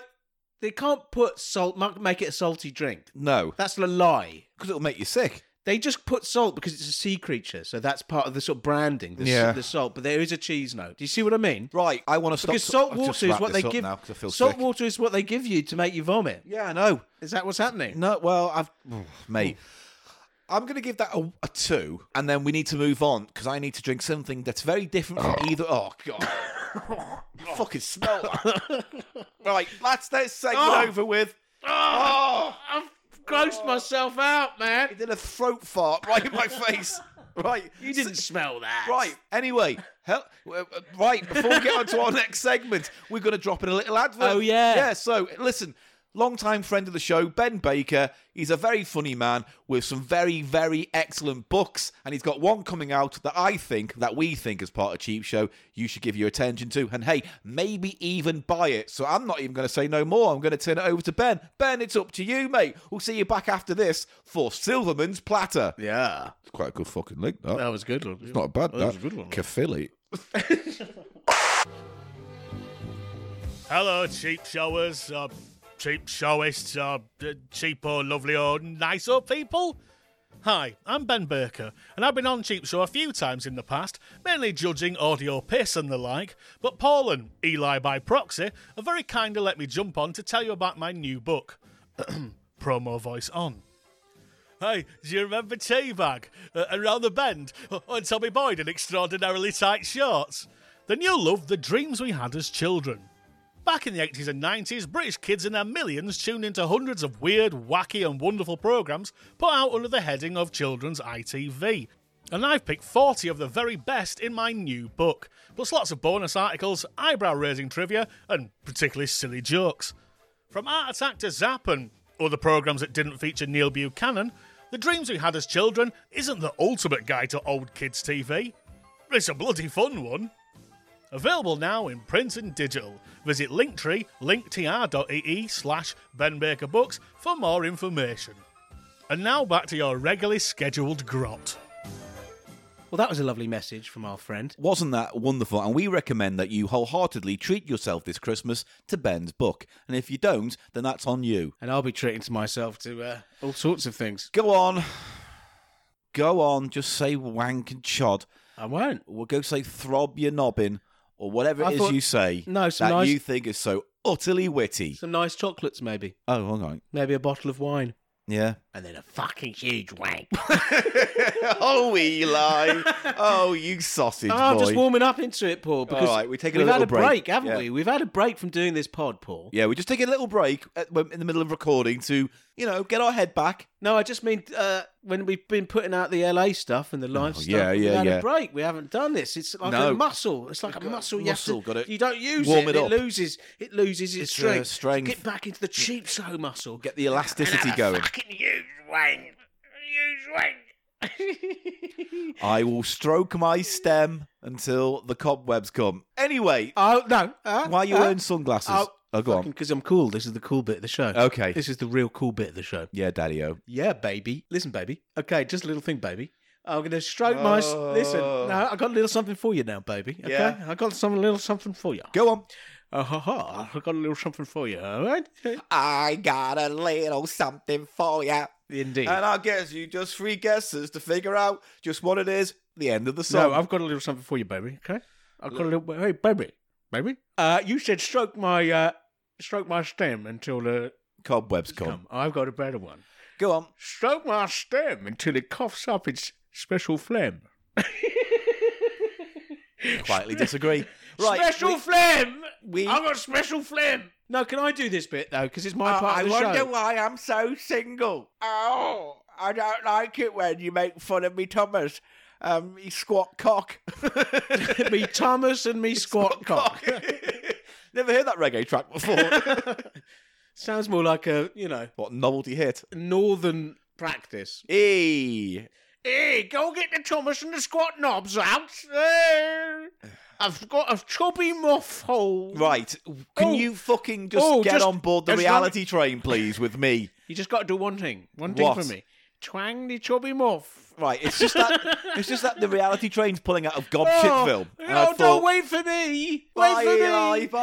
Speaker 2: they can't put salt ma- make it a salty drink.
Speaker 1: no,
Speaker 2: That's a lie.
Speaker 1: because it'll make you sick.
Speaker 2: They just put salt because it's a sea creature, so that's part of the sort of branding. The, s-
Speaker 1: Yeah.
Speaker 2: the salt, but there is a cheese note. Do you see what I mean?
Speaker 1: Right, I want to stop.
Speaker 2: Because salt
Speaker 1: I've just
Speaker 2: water is
Speaker 1: wrapped
Speaker 2: what
Speaker 1: this
Speaker 2: they
Speaker 1: up
Speaker 2: give.
Speaker 1: now 'cause I feel
Speaker 2: salt
Speaker 1: sick.
Speaker 2: water is what they give you to make you vomit.
Speaker 1: Yeah, I know.
Speaker 2: Is that what's happening?
Speaker 1: No, well, I've Oof, mate. I'm going to give that a, a two, and then we need to move on because I need to drink something that's very different from either. Oh god, You fucking smell that. right, that's this segment
Speaker 2: Oh.
Speaker 1: over with.
Speaker 2: Oh, I've grossed myself out,
Speaker 1: I
Speaker 2: man.
Speaker 1: did a throat fart right in my face. Right,
Speaker 2: You didn't smell that.
Speaker 1: Right. Anyway, hell, uh, uh, right. Before we get on to our next segment, we're going to drop in a little advert.
Speaker 2: Oh, yeah.
Speaker 1: Yeah. So listen, long-time friend of the show, Ben Baker. He's a very funny man with some very, very excellent books, and he's got one coming out that I think that we think as part of Cheap Show you should give your attention to, and hey, maybe even buy it. So I'm not even going to say no more. I'm going to turn it over to Ben. Ben, it's up to you, mate. We'll see you back after this for Silverman's Platter.
Speaker 2: Yeah,
Speaker 1: It's quite a good fucking link, that.
Speaker 2: that was a good. one. It's
Speaker 1: Not bad.
Speaker 2: that was a good one.
Speaker 1: Cafilli.
Speaker 4: Hello, cheap showers, uh, cheap showists, uh, d- cheap or lovely or nice or people. Hi, I'm Ben Burker, and I've been on Cheap Show a few times in the past, mainly judging audio piss and the like, but Paul and Eli by proxy are very kind to let me jump on to tell you about my new book, Promo Voice On. Hey, do you remember T-Bag? Uh, around the bend? Uh, and Tommy Boyd in extraordinarily tight shorts? Then you'll love the dreams we had as children. Back in the 80s and 90s, British kids in their millions tuned into hundreds of weird, wacky, and wonderful programmes put out under the heading of Children's ITV. And I've picked 40 of the very best in my new book, plus lots of bonus articles, eyebrow raising trivia, and particularly silly jokes. From Art Attack to Zap and other programmes that didn't feature Neil Buchanan, The Dreams We Had as Children isn't the ultimate guide to old kids' TV. It's a bloody fun one. Available now in print and digital. Visit Linktree, linktr.ee slash Ben Baker Books for more information. And now back to your regularly scheduled grot.
Speaker 2: Well, that was a lovely message from our friend.
Speaker 1: Wasn't that wonderful? And we recommend that you wholeheartedly treat yourself this Christmas to Ben's book. And if you don't, then that's on you.
Speaker 2: And I'll be treating to myself to uh, all sorts of things.
Speaker 1: Go on. Go on. Just say wank and chod.
Speaker 2: I won't.
Speaker 1: Or go say throb your nobbin. Or whatever it
Speaker 2: I
Speaker 1: is
Speaker 2: thought-
Speaker 1: you say
Speaker 2: No, some
Speaker 1: that
Speaker 2: nice-
Speaker 1: you think is so utterly witty.
Speaker 2: Some nice chocolates, maybe.
Speaker 1: Oh, all right.
Speaker 2: Maybe a bottle of wine.
Speaker 1: Yeah.
Speaker 2: And then a fucking huge wank.
Speaker 1: oh, Eli. Oh, you sausage
Speaker 2: Oh, I'm just warming up into it, Paul. Because
Speaker 1: right, we're taking a
Speaker 2: we've
Speaker 1: little
Speaker 2: had a break,
Speaker 1: break.
Speaker 2: haven't
Speaker 1: Yeah.
Speaker 2: we? We've had a break from doing this pod, Paul.
Speaker 1: Yeah, we just take a little break at, in the middle of recording to, you know, get our head back.
Speaker 2: No, I just mean uh, when we've been putting out the LA stuff and the live stuff.
Speaker 1: Oh, yeah,
Speaker 2: we've
Speaker 1: yeah,
Speaker 2: had
Speaker 1: yeah.
Speaker 2: a break. We haven't done this. It's like
Speaker 1: No.
Speaker 2: a muscle. It's like a muscle. You, have
Speaker 1: muscle,
Speaker 2: to-
Speaker 1: gotta
Speaker 2: you don't use
Speaker 1: warm
Speaker 2: it.
Speaker 1: it up.
Speaker 2: loses. It loses its,
Speaker 1: It's, uh,
Speaker 2: strength.
Speaker 1: strength.
Speaker 2: Get back into the cheap show muscle.
Speaker 1: Get the elasticity
Speaker 2: And have a
Speaker 1: going.
Speaker 2: Fucking huge wank. Huge wank.
Speaker 1: I will stroke my stem until the cobwebs come. Anyway,
Speaker 2: oh no! Uh,
Speaker 1: why you
Speaker 2: uh,
Speaker 1: wearing sunglasses?
Speaker 2: oh,
Speaker 1: Oh, go on.
Speaker 2: Because I'm cool. This is the cool bit of the show.
Speaker 1: Okay.
Speaker 2: This is the real cool bit of the show.
Speaker 1: Yeah, Daddy O.
Speaker 2: Yeah, baby. Listen, baby. Okay, just a little thing, baby. I'm gonna stroke my. s-
Speaker 1: Oh.
Speaker 2: Listen, no, I got a little something for you now, baby. Okay,
Speaker 1: Yeah.
Speaker 2: I got some little something for you.
Speaker 1: Go on.
Speaker 2: Uh, ha, ha. I got a little something for you. All right.
Speaker 1: I got a little something for you.
Speaker 2: Indeed.
Speaker 1: And I'll guess you just three guesses to figure out just what it is. The end of the song.
Speaker 2: no, I've got a little something for you, baby. Okay. I've got a little. Hey, baby, baby. Uh, you said stroke my, uh, stroke my stem until the.
Speaker 1: Cobwebs come.
Speaker 2: Come. I've got a better one.
Speaker 1: Go on.
Speaker 2: Stroke my stem until it coughs up its special phlegm.
Speaker 1: Quietly disagree. Right.
Speaker 2: special
Speaker 1: we-
Speaker 2: phlegm.
Speaker 1: we-
Speaker 2: I got special phlegm. Uh, No, can I do this bit though? Because it's my
Speaker 1: Oh,
Speaker 2: part
Speaker 1: I
Speaker 2: of the
Speaker 1: wonder
Speaker 2: show.
Speaker 1: why I'm so single. Oh, I don't like it when you make fun of me, Thomas. um, me squat cock.
Speaker 2: me Thomas and me squat cock.
Speaker 1: Never heard that reggae track before.
Speaker 2: Sounds more like a, you know,
Speaker 1: what novelty hit?
Speaker 2: northern practice.
Speaker 1: E.
Speaker 2: Hey, go get the Thomas and the squat knobs out. Eh, I've got a chubby muff hole.
Speaker 1: Right. Can
Speaker 2: Oh.
Speaker 1: you fucking just
Speaker 2: Oh,
Speaker 1: get
Speaker 2: just-
Speaker 1: on board the
Speaker 2: just
Speaker 1: reality train, please, with me?
Speaker 2: You just got to do one thing. One thing
Speaker 1: What?
Speaker 2: for me. Twang the chubby muff.
Speaker 1: Right. It's just that. it's just that the reality train's pulling out of Gobshit film.
Speaker 2: Oh,
Speaker 1: And I
Speaker 2: no,
Speaker 1: thought,
Speaker 2: don't wait for me. Wait
Speaker 1: Bye,
Speaker 2: for me.
Speaker 1: Eli, bye.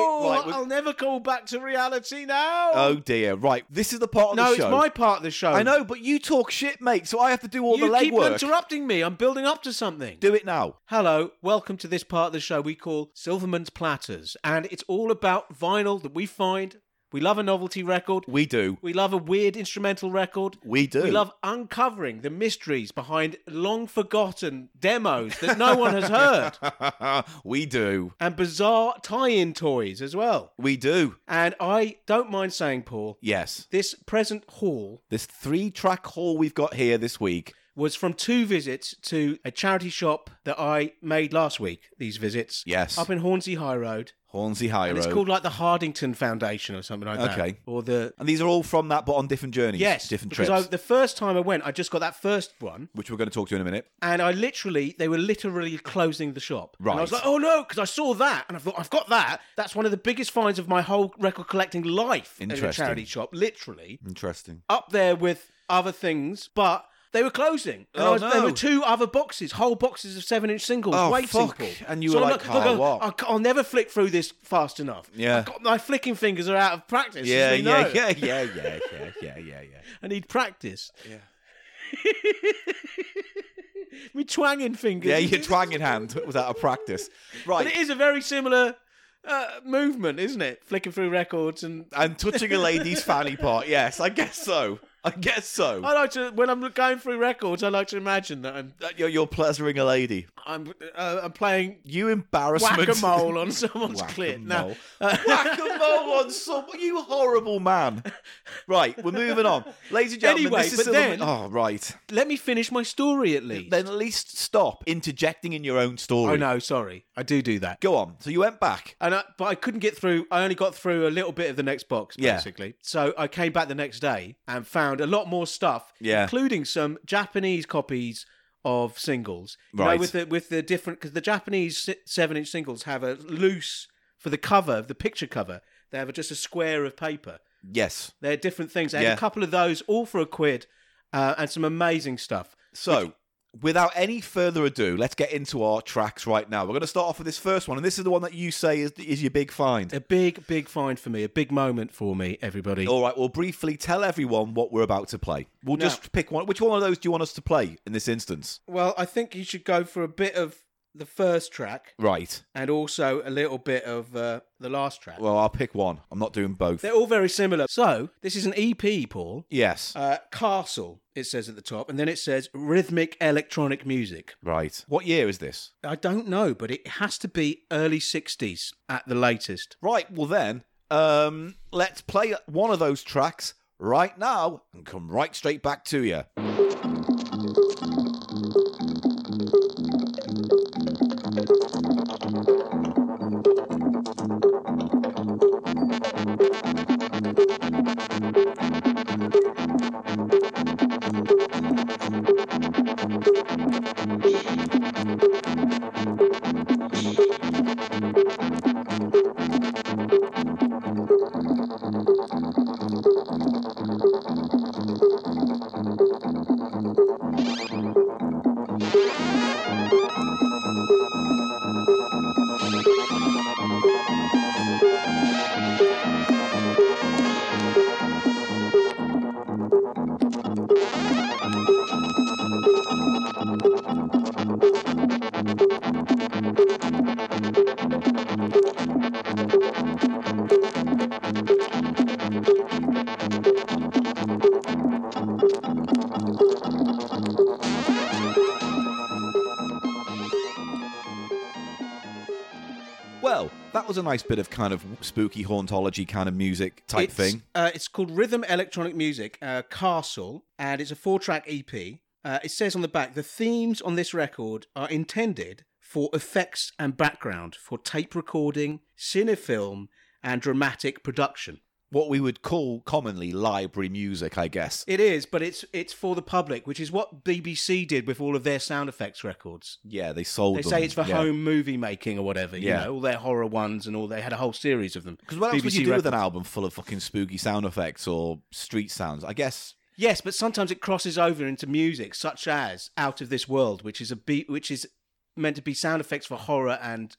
Speaker 2: Oh,
Speaker 1: Right, we-
Speaker 2: I'll never go back to reality now.
Speaker 1: Oh dear. Right. This is the part of
Speaker 2: no,
Speaker 1: the
Speaker 2: it's
Speaker 1: show.
Speaker 2: my part of the show.
Speaker 1: I know, but you talk shit, mate. So I have to do all
Speaker 2: You
Speaker 1: the
Speaker 2: keep
Speaker 1: legwork.
Speaker 2: interrupting me. I'm building up to something.
Speaker 1: do it now.
Speaker 2: Hello, welcome to this part of the show we call Silverman's Platters, and it's all about vinyl that we find. We love a novelty record.
Speaker 1: We do.
Speaker 2: We love a weird instrumental record.
Speaker 1: We do.
Speaker 2: We love uncovering the mysteries behind long forgotten demos that no one has heard,
Speaker 1: we do.
Speaker 2: and bizarre tie in toys as well.
Speaker 1: We do.
Speaker 2: And I don't mind saying, Paul,
Speaker 1: Yes.
Speaker 2: this present haul
Speaker 1: This three track haul we've got here this week.
Speaker 2: was from two visits to a charity shop that I made last week, these visits.
Speaker 1: Yes.
Speaker 2: Up in Hornsey High Road.
Speaker 1: Hornsey High
Speaker 2: And
Speaker 1: Road.
Speaker 2: it's called like the Hardington Foundation or something like that.
Speaker 1: Okay.
Speaker 2: Or the
Speaker 1: and these are all from that, but on different journeys.
Speaker 2: Yes.
Speaker 1: Different
Speaker 2: because
Speaker 1: trips.
Speaker 2: I, the first time I went, I just got that first one,
Speaker 1: Which we're going to talk to in a minute.
Speaker 2: and I literally they were literally closing the shop. And I was
Speaker 1: Right.
Speaker 2: like, oh no, because I saw that, and I thought I've got that. That's one of the biggest finds of my whole record collecting life in a
Speaker 1: Interesting.
Speaker 2: charity shop. Literally
Speaker 1: Interesting.
Speaker 2: up there with other things, but. They were closing. And
Speaker 1: Oh,
Speaker 2: I was- There
Speaker 1: no.
Speaker 2: were two other boxes, whole boxes of seven-inch singles
Speaker 1: Oh,
Speaker 2: waiting.
Speaker 1: fuck.
Speaker 2: Paul.
Speaker 1: And you
Speaker 2: So
Speaker 1: were
Speaker 2: I'm
Speaker 1: like, "Carl,
Speaker 2: I'll,
Speaker 1: what?"
Speaker 2: I'll, I'll never flick through this fast enough.
Speaker 1: Yeah.
Speaker 2: I've got, my flicking fingers are out of practice. as
Speaker 1: Yeah,
Speaker 2: we
Speaker 1: yeah,
Speaker 2: know.
Speaker 1: yeah, yeah, yeah, yeah, yeah, yeah, yeah.
Speaker 2: I need practice. Yeah. Me twanging fingers.
Speaker 1: Yeah, your twanging hand was out of practice.
Speaker 2: But
Speaker 1: Right.
Speaker 2: it is a very similar uh, movement, isn't it? Flicking through records and.
Speaker 1: And touching a lady's fanny part. Yes, I guess so. I guess so.
Speaker 2: I like to when I'm going through records. I like to imagine that I'm
Speaker 1: That you're, you're pleasuring a lady.
Speaker 2: I'm uh, I'm playing
Speaker 1: You embarrassment.
Speaker 2: whack a mole on someone's clit. No, Uh,
Speaker 1: Whack a mole on someone. You horrible man. Right, we're moving on. Ladies and gentlemen,
Speaker 2: Anyway,
Speaker 1: this is
Speaker 2: but
Speaker 1: still
Speaker 2: then-
Speaker 1: the... Oh, right.
Speaker 2: let me finish my story at least.
Speaker 1: Then at least stop interjecting in your own story.
Speaker 2: oh no, sorry, I do do that.
Speaker 1: Go on. So you went back.
Speaker 2: and I, but I couldn't get through. I only got through a little bit of the next box,
Speaker 1: Yeah.
Speaker 2: basically. So I came back the next day and found a lot more stuff,
Speaker 1: Yeah.
Speaker 2: including some Japanese copies of singles. You know,
Speaker 1: Right.
Speaker 2: with the with the different because the Japanese seven inch singles have a loose for the cover, the picture cover. They have just a square of paper.
Speaker 1: Yes.
Speaker 2: They're different things. I had
Speaker 1: Yeah.
Speaker 2: a couple of those, all for a quid, uh, and some amazing stuff.
Speaker 1: So, without any further ado, let's get into our tracks right now. We're going to start off with this first one, and this is the one that you say is, is your big find.
Speaker 2: A big, big find for me. A big moment for me, everybody.
Speaker 1: All right, well, briefly tell everyone what we're about to play. We'll
Speaker 2: Now-
Speaker 1: just pick one. Which one of those do you want us to play in this instance?
Speaker 2: Well, I think you should go for a bit of the first track.
Speaker 1: Right.
Speaker 2: and also a little bit of uh, the last track.
Speaker 1: Well, I'll pick one. I'm not doing both.
Speaker 2: They're all very similar. So this is an EP, Paul.
Speaker 1: Yes.
Speaker 2: Uh, Castle, it says at the top, and then it says rhythmic electronic music.
Speaker 1: right. What year is this?
Speaker 2: I don't know, but it has to be early 60s at the latest.
Speaker 1: Right. Well, then, um, let's play one of those tracks right now and come right straight back to you. Well, that was a nice bit of kind of spooky hauntology kind of music type
Speaker 2: it's,
Speaker 1: thing.
Speaker 2: Uh, it's called Rhythm Electronic Music, uh, Castle, and it's a four track EP. Uh, it says on the back the themes on this record are intended for effects and background for tape recording, cinefilm, and dramatic production.
Speaker 1: What we would call commonly library music, I guess.
Speaker 2: It is, but it's it's for the public, which is what BBC did with all of their sound effects records.
Speaker 1: Yeah, they sold
Speaker 2: They
Speaker 1: them.
Speaker 2: say it's for
Speaker 1: yeah.
Speaker 2: home movie making or whatever.
Speaker 1: Yeah.
Speaker 2: You know, all their horror ones and all. They had a whole series of them.
Speaker 1: Because what else would
Speaker 2: BBC
Speaker 1: you do with an
Speaker 2: records.
Speaker 1: album full of fucking spooky sound effects or street sounds? I guess
Speaker 2: Yes, but sometimes it crosses over into music, such as "Out of This World," which is a beat which is meant to be sound effects for horror and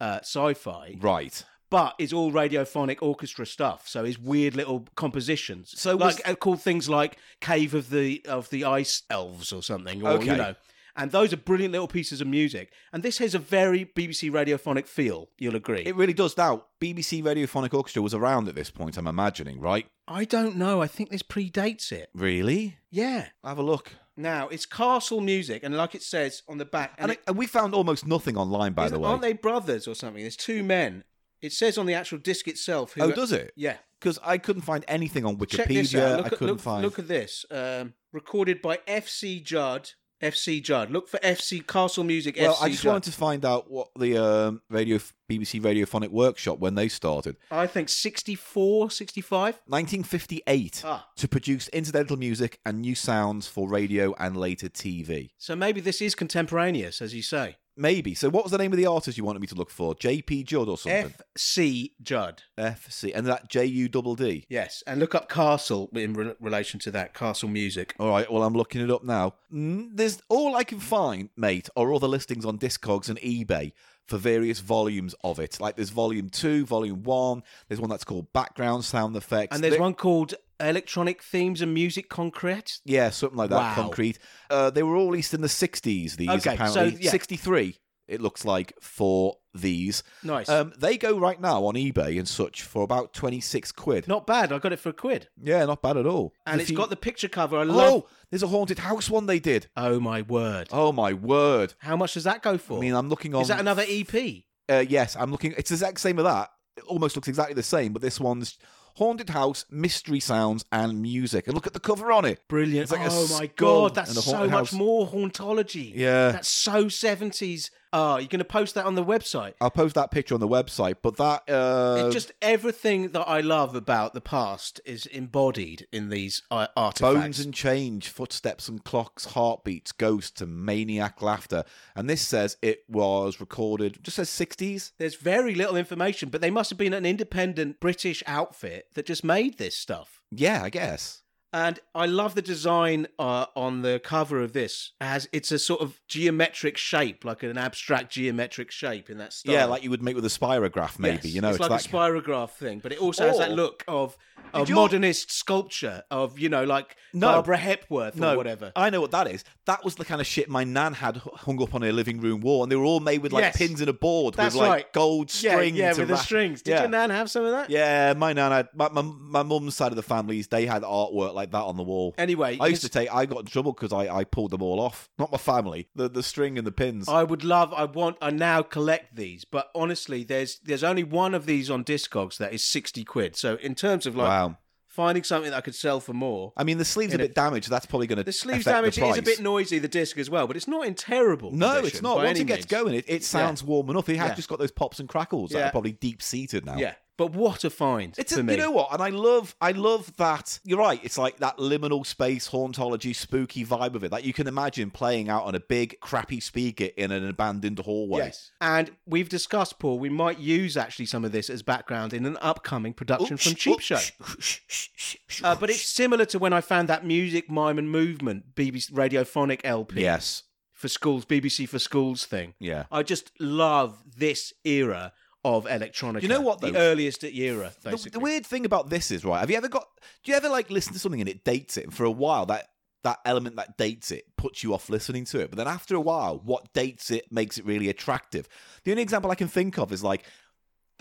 Speaker 2: uh, sci-fi,
Speaker 1: right.
Speaker 2: but is all radiophonic orchestra stuff. So is weird little compositions.
Speaker 1: So was-
Speaker 2: like uh, called things like "Cave of the of the Ice Elves" or something, or
Speaker 1: Okay.
Speaker 2: you know. And those are brilliant little pieces of music. And this has a very BBC radiophonic feel. You'll agree.
Speaker 1: It really does. Now, BBC Radiophonic Orchestra was around at this point. I'm imagining, right?
Speaker 2: I don't know. I think this predates it.
Speaker 1: Really?
Speaker 2: Yeah.
Speaker 1: Have a look.
Speaker 2: Now it's castle music, and like it says on the back,
Speaker 1: And,
Speaker 2: and,
Speaker 1: I- and we found almost nothing online, by the way.
Speaker 2: Aren't they brothers or something? There's two men. It says on the actual disc itself. Who
Speaker 1: oh, does it?
Speaker 2: Yeah.
Speaker 1: Because I couldn't find anything on Wikipedia.
Speaker 2: Check this out. Look
Speaker 1: I
Speaker 2: at,
Speaker 1: couldn't
Speaker 2: look,
Speaker 1: find.
Speaker 2: look at this. Um, recorded by FC Judd. FC Judd. Look for FC Castle Music.
Speaker 1: well,
Speaker 2: FC
Speaker 1: I just
Speaker 2: Judd.
Speaker 1: wanted to find out what the um, radio BBC Radiophonic Workshop when they started,
Speaker 2: I think 64, 65.
Speaker 1: 1958,
Speaker 2: Ah.
Speaker 1: to produce incidental music and new sounds for radio and later TV.
Speaker 2: So maybe this is contemporaneous, as you say.
Speaker 1: Maybe. So, what was the name of the artist you wanted me to look for? J.P. Judd or something?
Speaker 2: FC Judd.
Speaker 1: F C and that J U double D.
Speaker 2: Yes. And look up Castle in re- relation to that. Castle Music.
Speaker 1: All right. Well, I'm looking it up now. Mm, There's all I can find, mate, are other listings on Discogs and eBay for various volumes of it. Like there's volume two, volume one. There's one that's called Background Sound Effects.
Speaker 2: And there's
Speaker 1: There-
Speaker 2: one called Electronic Themes and Music Concrete.
Speaker 1: Yeah, something like that.
Speaker 2: Wow.
Speaker 1: Concrete. Uh, they were all released in the 60s. These
Speaker 2: Okay, so,
Speaker 1: apparently
Speaker 2: yeah.
Speaker 1: 63. It looks like for these.
Speaker 2: Nice.
Speaker 1: Um, they go right now on eBay and such for about 26 quid.
Speaker 2: Not bad. I got it for a quid.
Speaker 1: Yeah, not bad at all.
Speaker 2: And
Speaker 1: it's
Speaker 2: it's got the picture cover. I love.
Speaker 1: Oh, there's a haunted house one they did.
Speaker 2: Oh my word!
Speaker 1: Oh my word!
Speaker 2: How much does that go for?
Speaker 1: I mean, I'm looking on.
Speaker 2: Is that another E EP?
Speaker 1: Uh, yes, I'm looking. It's the exact same of that. It almost looks exactly the same, but this one's haunted house, mystery sounds, and music. And look at the cover on it.
Speaker 2: Brilliant!
Speaker 1: It's like a
Speaker 2: oh my
Speaker 1: skull
Speaker 2: god,
Speaker 1: and a
Speaker 2: that's so
Speaker 1: haunted house.
Speaker 2: much more hauntology.
Speaker 1: Yeah.
Speaker 2: that's so seventies. Oh, you're going to post that on the website?
Speaker 1: I'll post that picture on the website. But that uh,
Speaker 2: it's just everything that I love about the past is embodied in these uh,
Speaker 1: bones
Speaker 2: artifacts.
Speaker 1: and change, footsteps and clocks, heartbeats, ghosts, and maniac laughter. And this says it was recorded. Just says 60s.
Speaker 2: There's very little information, but they must have been an independent British outfit that just made this stuff.
Speaker 1: Yeah, I guess.
Speaker 2: And I love the design uh, on the cover of this, as it's a sort of geometric shape, like an abstract geometric shape in that style.
Speaker 1: Yeah, like you would make with a spirograph, maybe.
Speaker 2: Yes,
Speaker 1: You know,
Speaker 2: it's,
Speaker 1: it's,
Speaker 2: like
Speaker 1: that
Speaker 2: a spirograph thing, but it also has that
Speaker 1: Or-
Speaker 2: look of of
Speaker 1: you-
Speaker 2: modernist sculpture of you know like
Speaker 1: No.
Speaker 2: Barbara Hepworth or whatever.
Speaker 1: I know what that is. That was the kind of shit my nan had h- hung up on her living room wall, and they were all made with like
Speaker 2: Yes.
Speaker 1: pins and a board
Speaker 2: That's
Speaker 1: with like
Speaker 2: right.
Speaker 1: gold string.
Speaker 2: yeah, yeah
Speaker 1: to
Speaker 2: with the
Speaker 1: wrap-
Speaker 2: strings. Did
Speaker 1: yeah.
Speaker 2: your nan have some of that?
Speaker 1: Yeah, my nan had my my, my mum's side of the families. They had artwork like that on the wall.
Speaker 2: Anyway,
Speaker 1: I used to take. I got in trouble because I, I pulled them all off. Not my family. The the string and the pins.
Speaker 2: I would love. I want. I now collect these, but honestly, there's there's only one of these on Discogs that is sixty quid. So in terms of like
Speaker 1: wow.
Speaker 2: finding something that I could sell for more,
Speaker 1: I mean, the sleeve's a
Speaker 2: In
Speaker 1: bit damaged. That's probably going to
Speaker 2: The sleeves
Speaker 1: affect
Speaker 2: damage
Speaker 1: the
Speaker 2: is
Speaker 1: price.
Speaker 2: a bit noisy, the disc as well, but it's not in terrible.
Speaker 1: No,
Speaker 2: condition
Speaker 1: it's not.
Speaker 2: by
Speaker 1: Once
Speaker 2: any
Speaker 1: it gets
Speaker 2: means.
Speaker 1: going, it, it sounds warm enough. It has
Speaker 2: Yeah.
Speaker 1: just got those pops and crackles that
Speaker 2: Yeah.
Speaker 1: are probably deep seated now.
Speaker 2: yeah. But what a find
Speaker 1: It's
Speaker 2: for
Speaker 1: a,
Speaker 2: me.
Speaker 1: you know what, and I love I love that. You're right. It's like that liminal space hauntology spooky vibe of it. Like you can imagine playing out on a big crappy speaker in an abandoned hallway.
Speaker 2: Yes, and we've discussed, Paul. We might use actually some of this as background in an upcoming production from Cheap Show. Uh, but it's similar to when I found that music, mime, and movement BBC radiophonic LP
Speaker 1: yes,
Speaker 2: for schools, BBC for schools thing.
Speaker 1: yeah.
Speaker 2: I just love this era of electronic.
Speaker 1: You know what,
Speaker 2: The
Speaker 1: though?
Speaker 2: earliest era,
Speaker 1: The,
Speaker 2: basically.
Speaker 1: the weird thing about this is right. Have you ever got? Do you ever like listen to something and it dates it? And for a while, that that element that dates it puts you off listening to it. But then after a while, what dates it makes it really attractive. The only example I can think of is like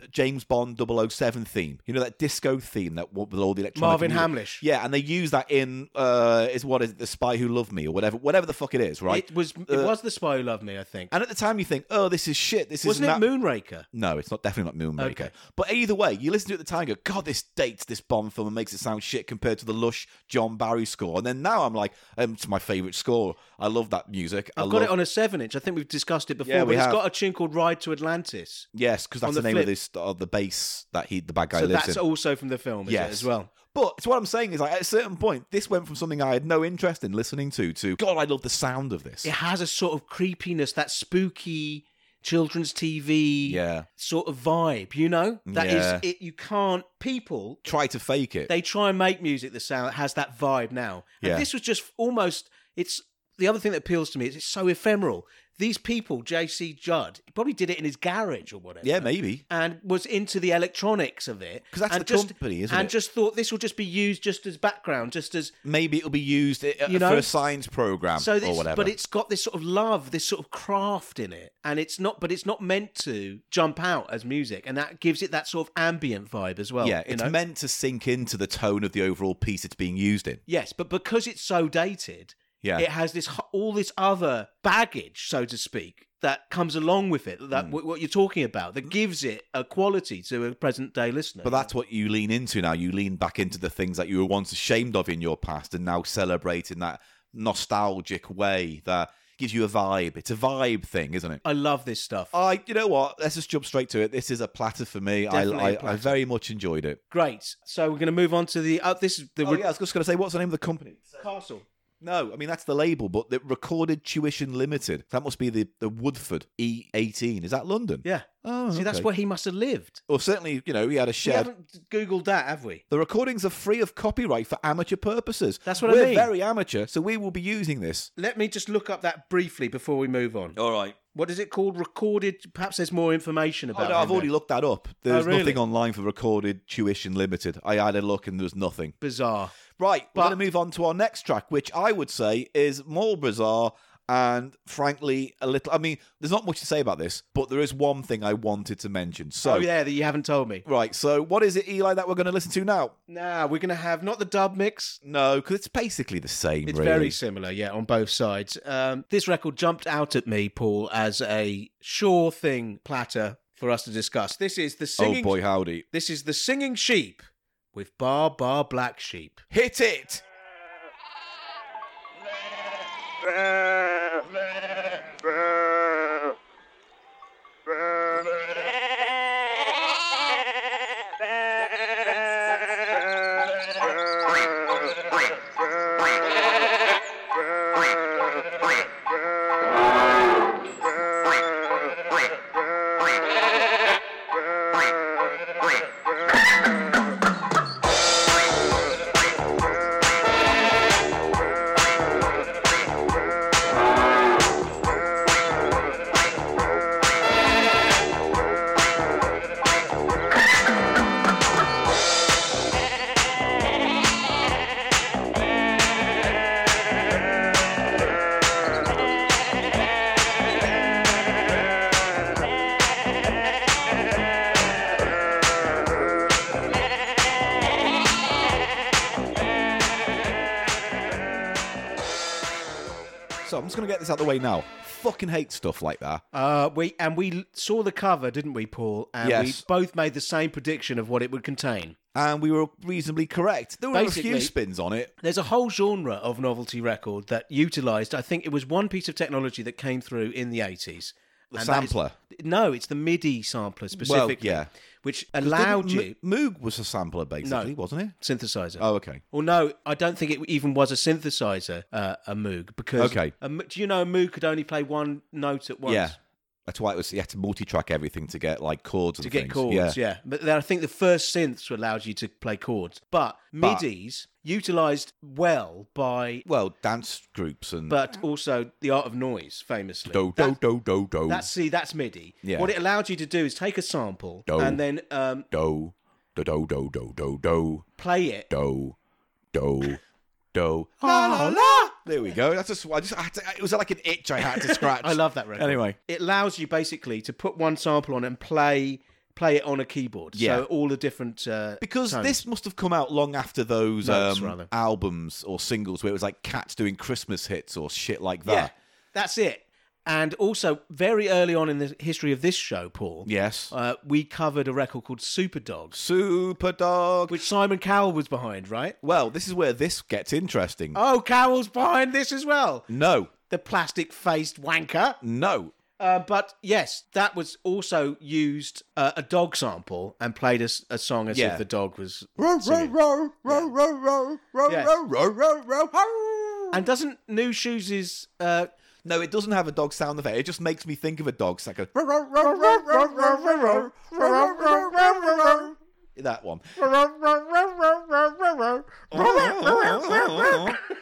Speaker 1: James Bond 007 theme. You know that disco theme that what with all the electronic
Speaker 2: Marvin
Speaker 1: music.
Speaker 2: Hamlish.
Speaker 1: Yeah, and they use that in uh is what is it, The Spy Who Loved Me or whatever whatever the fuck it is, right?
Speaker 2: It was it
Speaker 1: Uh,
Speaker 2: was the Spy Who Loved Me, I think.
Speaker 1: And at the time you think, "Oh, this is shit. This
Speaker 2: Wasn't
Speaker 1: isn't
Speaker 2: it
Speaker 1: that-
Speaker 2: Moonraker?
Speaker 1: No, it's not definitely not Moonraker.
Speaker 2: Okay.
Speaker 1: But either way, you listen to it at the time and go, God, this dates this Bond film and makes it sound shit compared to the lush John Barry score. And then now I'm like, um, it's my favourite score. I love that music. I
Speaker 2: I've
Speaker 1: love
Speaker 2: got it on a seven inch. I think we've discussed it before,
Speaker 1: Yeah,
Speaker 2: but
Speaker 1: we
Speaker 2: it's
Speaker 1: have.
Speaker 2: got a tune called Ride to Atlantis.
Speaker 1: Yes, because
Speaker 2: on
Speaker 1: that's
Speaker 2: the
Speaker 1: the, name
Speaker 2: flip.
Speaker 1: of this of the base that he the bad guy
Speaker 2: So
Speaker 1: lives
Speaker 2: that's
Speaker 1: in.
Speaker 2: also from the film, is it,
Speaker 1: Yes.
Speaker 2: as well?
Speaker 1: But it's what I'm saying is like at a certain point, this went from something I had no interest in listening to to God, I love the sound of this.
Speaker 2: It has a sort of creepiness, that spooky children's TV
Speaker 1: Yeah.
Speaker 2: sort of vibe, you know? That is
Speaker 1: Yeah.
Speaker 2: it you can't people
Speaker 1: Try to fake it.
Speaker 2: they try and make music that sound has that vibe now. And
Speaker 1: Yeah.
Speaker 2: this was just almost it's the other thing that appeals to me is it's so ephemeral. These people, JC Judd, he probably did it in his garage or whatever.
Speaker 1: yeah, maybe.
Speaker 2: And was into the electronics of it.
Speaker 1: 'Cause that's
Speaker 2: and
Speaker 1: the company, isn't
Speaker 2: and
Speaker 1: it?
Speaker 2: just thought this will just be used just as background, just as
Speaker 1: Maybe it'll be used i-
Speaker 2: You know?
Speaker 1: for a science program
Speaker 2: so this,
Speaker 1: or whatever.
Speaker 2: but it's got this sort of love, this sort of craft in it, and it's not, but it's not meant to jump out as music, and that gives it that sort of ambient vibe as well.
Speaker 1: yeah,
Speaker 2: you
Speaker 1: it's
Speaker 2: know?
Speaker 1: meant to sink into the tone of the overall piece it's being used in.
Speaker 2: Yes, but because it's so dated,
Speaker 1: Yeah.
Speaker 2: it has this h- all this other baggage, so to speak, that comes along with it. That
Speaker 1: Hmm.
Speaker 2: wh- what you're talking about that gives it a quality to a present day listener.
Speaker 1: But that's what you lean into now. You lean back into the things that you were once ashamed of in your past and now celebrate in that nostalgic way that gives you a vibe. It's a vibe thing, isn't it?
Speaker 2: I love this stuff.
Speaker 1: I, you know what? Let's just jump straight to it. This is a platter for me. I,
Speaker 2: Definitely a
Speaker 1: I, I
Speaker 2: platter.
Speaker 1: very much enjoyed it.
Speaker 2: Great. So we're going to move on to the. Uh, this is the
Speaker 1: Oh,
Speaker 2: re-
Speaker 1: yeah, I was just going to say, what's the name of the company?
Speaker 2: castle.
Speaker 1: No, I mean that's the label, but the Recorded Tuition Limited. That must be the, the Woodford E18. Is that London?
Speaker 2: Yeah.
Speaker 1: Oh,
Speaker 2: See, that's
Speaker 1: okay.
Speaker 2: where he must have lived.
Speaker 1: Well, certainly, you know, he had a
Speaker 2: We
Speaker 1: shed.
Speaker 2: haven't googled that, have we?
Speaker 1: The recordings are free of copyright for amateur purposes.
Speaker 2: That's what I
Speaker 1: We're
Speaker 2: mean.
Speaker 1: very amateur, so we will be using this.
Speaker 2: Let me just look up that briefly before we move on.
Speaker 1: All right.
Speaker 2: What is it called? Recorded. Perhaps there's more information
Speaker 1: Oh,
Speaker 2: about.
Speaker 1: no,
Speaker 2: it
Speaker 1: I've
Speaker 2: in
Speaker 1: already
Speaker 2: there.
Speaker 1: looked that up. There's
Speaker 2: Oh, really?
Speaker 1: nothing online for Recorded Tuition Limited. I had a look and there's nothing.
Speaker 2: bizarre.
Speaker 1: Right,
Speaker 2: But-
Speaker 1: we're going to move on to our next track, which I would say is more bizarre and frankly a little. I mean, there's not much to say about this, but there is one thing I wanted to mention. So,
Speaker 2: oh yeah, that you haven't told me.
Speaker 1: right, so what is it, Eli, that we're going to listen to now?
Speaker 2: Nah, we're going to have not the dub mix.
Speaker 1: No, because it's basically the same.
Speaker 2: It's
Speaker 1: really.
Speaker 2: very similar, yeah, on both sides. Um, this record jumped out at me, Paul, as a sure thing platter for us to discuss. This is the
Speaker 1: Oh
Speaker 2: singing.
Speaker 1: boy, howdy!
Speaker 2: This is the singing sheep with Bar Bar Black Sheep.
Speaker 1: Hit it. So I'm just going to get this out the way now. Fucking hate stuff like that.
Speaker 2: Uh, we and we l- saw the cover, didn't we, Paul? And
Speaker 1: Yes.
Speaker 2: we both made the same prediction of what it would contain.
Speaker 1: And we were reasonably correct. There were a
Speaker 2: Basically-
Speaker 1: few spins on it.
Speaker 2: There's a whole genre of novelty record that utilized, I think it was one piece of technology that came through in the 80s.
Speaker 1: The
Speaker 2: and that is-
Speaker 1: sampler.
Speaker 2: no, it's the MIDI sampler specifically,
Speaker 1: yeah.
Speaker 2: which allowed
Speaker 1: Didn't
Speaker 2: you
Speaker 1: M- Moog was a sampler, basically, wasn't it?
Speaker 2: synthesizer.
Speaker 1: Oh, okay.
Speaker 2: Well, no, I don't think it even was a synthesizer, uh, a Moog, because
Speaker 1: Okay.
Speaker 2: a Mo- do you know a Moog could only play one note at once
Speaker 1: Yeah. That's why it was. You had to multi-track everything to get like chords and
Speaker 2: to get
Speaker 1: things.
Speaker 2: chords?
Speaker 1: Yeah.
Speaker 2: Yeah. but then I think the first synths allowed you to play chords, but MIDI's utilized well by,
Speaker 1: Well, dance groups and
Speaker 2: but also the art of noise, famously.
Speaker 1: do
Speaker 2: That-
Speaker 1: do do do do
Speaker 2: That's see, that's MIDI.
Speaker 1: Yeah.
Speaker 2: What it allowed you to do is take a sample
Speaker 1: Doh.
Speaker 2: and then um,
Speaker 1: do do do do do do do
Speaker 2: play it.
Speaker 1: do do do. La la la. There we go. That's just. I just. I had to, it was like an itch I had to scratch.
Speaker 2: I love that record.
Speaker 1: Anyway.
Speaker 2: It allows you basically to put one sample on and play play it on a keyboard.
Speaker 1: Yeah.
Speaker 2: So all the different uh,
Speaker 1: Because
Speaker 2: tones.
Speaker 1: this must have come out long after those
Speaker 2: Notes,
Speaker 1: um,
Speaker 2: rather.
Speaker 1: albums or singles where it was like cats doing Christmas hits or shit like
Speaker 2: yeah,
Speaker 1: that.
Speaker 2: that's it. And also, very early on in the history of this show, Paul,
Speaker 1: Yes.
Speaker 2: uh, we covered a record called Super Dogs,
Speaker 1: Super dog.
Speaker 2: which Simon Cowell was behind, right?
Speaker 1: Well, this is where this gets interesting.
Speaker 2: Oh, Cowell's behind this as well.
Speaker 1: no,
Speaker 2: The plastic faced wanker.
Speaker 1: no.
Speaker 2: Uh, but yes, that was also used uh, a dog sample and played as a song as
Speaker 1: Yeah.
Speaker 2: if the dog was
Speaker 1: Row, row,
Speaker 2: singing.
Speaker 1: row, row, row, row, row,
Speaker 2: Yeah.
Speaker 1: row, row, row, row, row.
Speaker 2: And doesn't New Shoes' uh,
Speaker 1: No, it doesn't have a dog sound effect. It just makes me think of a dog. It's like a row, row, row, row, row, row, row, row, row, row, row, row, row, row. that one.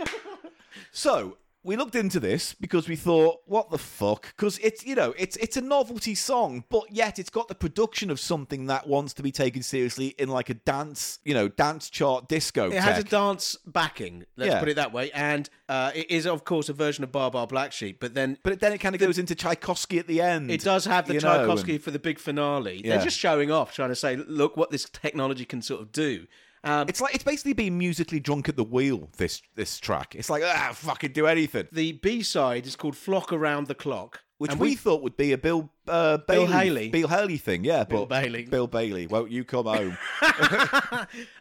Speaker 1: So we looked into this because we thought, what the fuck? Because it's you know it's it's a novelty song, but yet it's got the production of something that wants to be taken seriously in like a dance, you know, dance chart disco.
Speaker 2: It has a dance backing, let's
Speaker 1: Yeah.
Speaker 2: put it that way, and uh, it is of course a version of Bar Bar Black Sheep, but then
Speaker 1: but then it kind of goes into Tchaikovsky at the end.
Speaker 2: it does have the
Speaker 1: you know, and-
Speaker 2: Tchaikovsky for the big finale.
Speaker 1: Yeah.
Speaker 2: They're just showing off, trying to say, look what this technology can sort of do. Um,
Speaker 1: It's like it's basically being musically drunk at the wheel. This this track. It's like ah, fucking do anything,
Speaker 2: the B side is called Flock Around the Clock,
Speaker 1: which
Speaker 2: and
Speaker 1: we, thought would be a Bill uh, Bailey,
Speaker 2: Haley.
Speaker 1: Bill Haley thing. Yeah,
Speaker 2: Bill
Speaker 1: but
Speaker 2: Bailey.
Speaker 1: Bill Bailey. Won't you come home?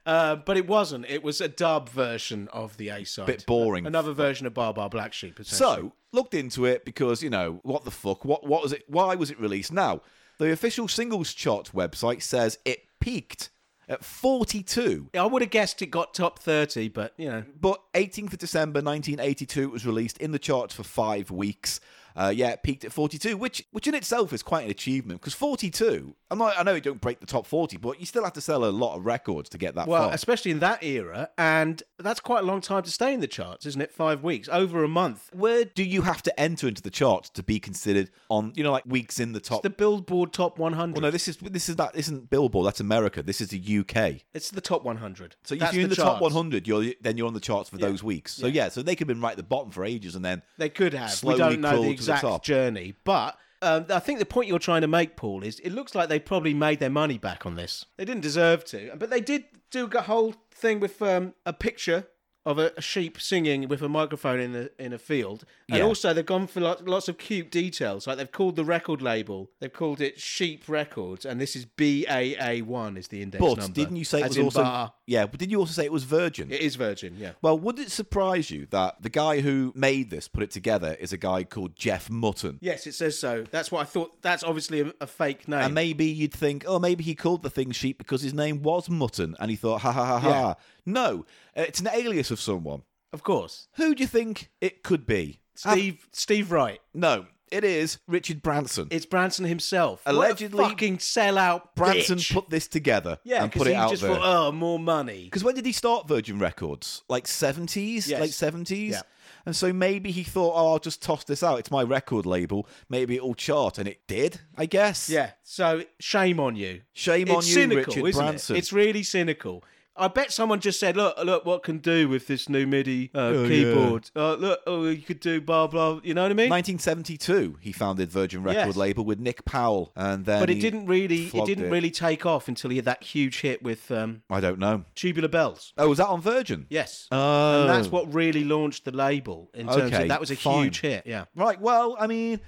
Speaker 2: uh, but it wasn't. It was a dub version of the A side.
Speaker 1: Bit boring.
Speaker 2: Another version of Bar Bar Black Sheep. essentially.
Speaker 1: So looked into it because you know what the fuck? What what was it? Why was it released now? The official singles chart website says it peaked at 42,
Speaker 2: I would have guessed it got top thirty, but you know,
Speaker 1: but 18th of December 1982 it was released in the charts for five weeks. Uh, yeah, it peaked at 42, which which in itself is quite an achievement because 42. I'm not. I know it don't break the top 40, but you still have to sell a lot of records to get that
Speaker 2: well,
Speaker 1: far.
Speaker 2: especially in that era, and that's quite a long time to stay in the charts, isn't it? Five weeks, over a month.
Speaker 1: Where do you have to enter into the charts to be considered on? You know, like weeks in the top.
Speaker 2: The Billboard Top 100.
Speaker 1: Well, no, this is this is that isn't Billboard. That's America. This is the UK.
Speaker 2: It's the top 100.
Speaker 1: So if
Speaker 2: That's
Speaker 1: you're in the, top
Speaker 2: charts.
Speaker 1: 100, you're then you're on the charts for those weeks. So yeah. so they could have been right at the bottom for ages, and then
Speaker 2: They could have.
Speaker 1: slowly
Speaker 2: We don't know
Speaker 1: crawled
Speaker 2: the
Speaker 1: to
Speaker 2: exact
Speaker 1: top.
Speaker 2: journey, but um, I think the point you're trying to make, Paul, is it looks like they probably made their money back on this. They didn't deserve to, but they did do a whole thing with um, a picture of a, a sheep singing with a microphone in a in a field, and
Speaker 1: Yeah.
Speaker 2: also they've gone for lots, lots of cute details. Like they've called the record label, they've called it Sheep Records, and this is BAA one is the index
Speaker 1: but
Speaker 2: number.
Speaker 1: didn't you say it
Speaker 2: As
Speaker 1: was
Speaker 2: in
Speaker 1: also
Speaker 2: bar.
Speaker 1: yeah? But did you also say it was Virgin?
Speaker 2: It is Virgin, yeah.
Speaker 1: well, would it surprise you that the guy who made this, put it together, is a guy called Jeff Mutton?
Speaker 2: Yes, it says so. That's what I thought. That's obviously a, a fake name.
Speaker 1: And maybe you'd think, oh, maybe he called the thing sheep because his name was Mutton, and he thought, ha ha ha ha.
Speaker 2: Yeah.
Speaker 1: No, uh, it's an alias of someone.
Speaker 2: of course.
Speaker 1: Who do you think it could be?
Speaker 2: Steve Steve Wright.
Speaker 1: No, it is Richard Branson.
Speaker 2: It's Branson himself.
Speaker 1: Allegedly-
Speaker 2: what a fucking sellout.
Speaker 1: Branson
Speaker 2: bitch.
Speaker 1: put this together
Speaker 2: yeah,
Speaker 1: and
Speaker 2: 'cause
Speaker 1: put it
Speaker 2: he
Speaker 1: out
Speaker 2: just
Speaker 1: there.
Speaker 2: thought, oh, more money.
Speaker 1: Because when did he start Virgin Records? Like 70s?
Speaker 2: Yes.
Speaker 1: Late 70s?
Speaker 2: Yeah.
Speaker 1: And so maybe he thought, oh, I'll just toss this out. It's my record label. Maybe it'll chart. And it did, I guess.
Speaker 2: Yeah. So shame on you.
Speaker 1: Shame
Speaker 2: it's
Speaker 1: on you,
Speaker 2: cynical,
Speaker 1: Richard
Speaker 2: isn't
Speaker 1: Branson.
Speaker 2: It? It's really cynical. I bet someone just said, "Look, look, what can do with this new MIDI uh,
Speaker 1: Oh, yeah.
Speaker 2: keyboard? Uh, look, oh, you could do blah blah." You know what I mean?
Speaker 1: 1972, he founded Virgin Record
Speaker 2: Yes.
Speaker 1: label with Nick Powell. And then.
Speaker 2: but it
Speaker 1: he
Speaker 2: didn't really, it
Speaker 1: flogged
Speaker 2: didn't really take off until he had that huge hit with um,
Speaker 1: I don't know.
Speaker 2: Tubular Bells.
Speaker 1: Oh, was that on Virgin?
Speaker 2: Yes.
Speaker 1: Oh.
Speaker 2: And that's what really launched the label in terms
Speaker 1: Okay,
Speaker 2: of that was a
Speaker 1: fine.
Speaker 2: huge hit. Yeah.
Speaker 1: Right. Well, I mean.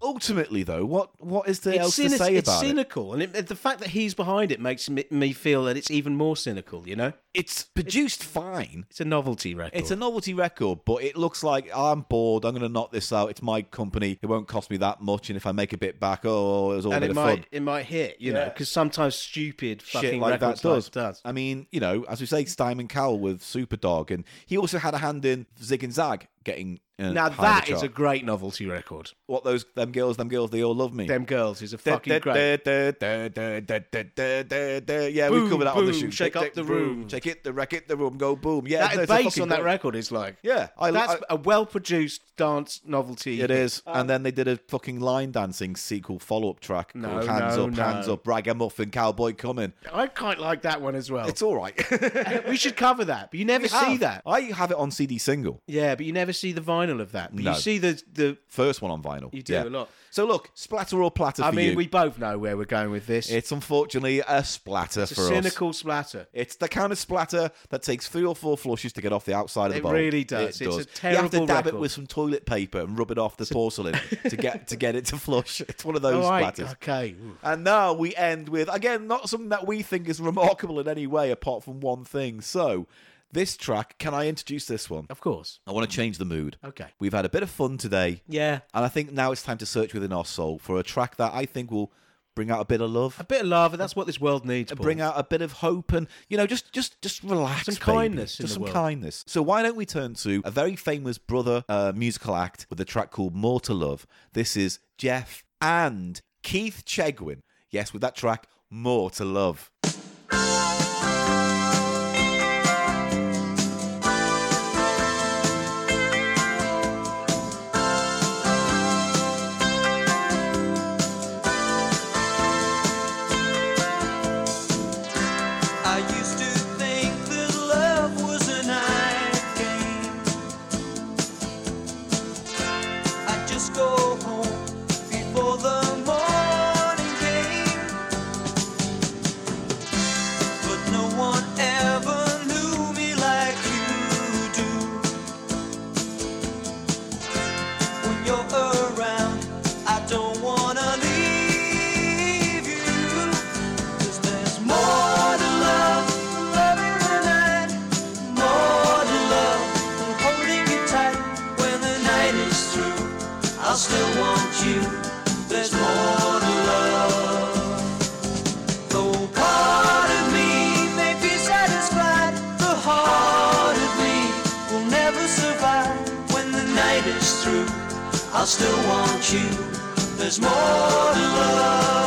Speaker 1: Ultimately, though, what what is there else
Speaker 2: It's, cynic-
Speaker 1: to say
Speaker 2: it's
Speaker 1: about it?
Speaker 2: cynical, and it, the fact that he's behind it makes me, me feel that it's even more cynical. You know,
Speaker 1: It's produced fine.
Speaker 2: it's a novelty record.
Speaker 1: It's a novelty record, but it looks like I'm bored. I'm going to knock this out. It's my company. It won't cost me that much, and if I make a bit back, oh, it was all a
Speaker 2: and
Speaker 1: bit
Speaker 2: it
Speaker 1: of
Speaker 2: might
Speaker 1: fun.
Speaker 2: it might hit. You know, 'cause know, because sometimes stupid fucking
Speaker 1: Shit like that
Speaker 2: records
Speaker 1: does.
Speaker 2: Like does.
Speaker 1: I mean, you know, as we say, Steinman Cowell with Superdog, and he also had a hand in Zig and Zag getting. Uh,
Speaker 2: Now
Speaker 1: high on
Speaker 2: that
Speaker 1: the
Speaker 2: is a
Speaker 1: chart.
Speaker 2: great novelty record.
Speaker 1: what those them girls, them girls, they all love me.
Speaker 2: Them girls is a
Speaker 1: Da-
Speaker 2: fucking
Speaker 1: da-
Speaker 2: great.
Speaker 1: da- da- da- da- da- da- da- da- Yeah, we
Speaker 2: Boom,
Speaker 1: covered that on the
Speaker 2: boom,
Speaker 1: shoot.
Speaker 2: shake up the room.
Speaker 1: Shake it, the wreck it, the room go boom. Yeah,
Speaker 2: that
Speaker 1: no, it's a
Speaker 2: bass
Speaker 1: fucking
Speaker 2: on that
Speaker 1: great-
Speaker 2: record is like
Speaker 1: Yeah, I,
Speaker 2: that's
Speaker 1: I
Speaker 2: a well-produced dance novelty.
Speaker 1: it is.
Speaker 2: Um,
Speaker 1: and then they did a fucking line dancing sequel follow up track
Speaker 2: No,
Speaker 1: called Hands
Speaker 2: no, Oh.
Speaker 1: Up, Hands
Speaker 2: no.
Speaker 1: Up, Ragamuffin, Cowboy Coming.
Speaker 2: I quite like that one as well.
Speaker 1: It's all right.
Speaker 2: we should cover that, but you never see
Speaker 1: have.
Speaker 2: that.
Speaker 1: I have it on CD single.
Speaker 2: Yeah, but you never see the vinyl of that. But
Speaker 1: No.
Speaker 2: you see the the.
Speaker 1: First one on vinyl.
Speaker 2: You do
Speaker 1: Yeah.
Speaker 2: a lot.
Speaker 1: So look, splatter or platter
Speaker 2: I
Speaker 1: for
Speaker 2: mean,
Speaker 1: you.
Speaker 2: we both know where we're going with this.
Speaker 1: It's unfortunately a splatter
Speaker 2: it's
Speaker 1: for
Speaker 2: a
Speaker 1: us.
Speaker 2: cynical splatter.
Speaker 1: It's the kind of splatter that takes three or four flushes to get off the outside of the
Speaker 2: It
Speaker 1: bowl.
Speaker 2: really does.
Speaker 1: It
Speaker 2: It's a
Speaker 1: does. you have to
Speaker 2: terrible
Speaker 1: dab it
Speaker 2: record.
Speaker 1: with some toilet paper and rub it off the porcelain to get to get it to flush. It's one of those
Speaker 2: All right,
Speaker 1: splatters.
Speaker 2: okay. Ooh.
Speaker 1: And now we end with again not something that we think is remarkable in any way, apart from one thing. So, this track, can I introduce this one?
Speaker 2: Of course.
Speaker 1: I want to change the mood.
Speaker 2: Okay.
Speaker 1: We've had a bit of fun today,
Speaker 2: Yeah.
Speaker 1: and I think now it's time to search within our soul for a track that I think will bring out a bit of love
Speaker 2: A bit of lava. That's what this world needs.
Speaker 1: Uh,
Speaker 2: Paul.
Speaker 1: bring out a bit of hope and you know just just just relax
Speaker 2: Some
Speaker 1: baby.
Speaker 2: kindness in
Speaker 1: just
Speaker 2: the
Speaker 1: some
Speaker 2: world.
Speaker 1: kindness so why don't we turn to a very famous brother uh, musical act with a track called more to love this is jeff and keith chegwin yes with that track more to love
Speaker 3: I used to think that love was an idle game. I'd just go home before the morning came. But no one ever knew me like you do. When you're around, I don't wanna leave you. Cause there's more to love than loving the night. More to love than holding you tight. When the night is through, I'll still want you. There's more to love. Though part of me may be satisfied, the heart of me will never survive. When the night is through, I'll still want you. There's more to love.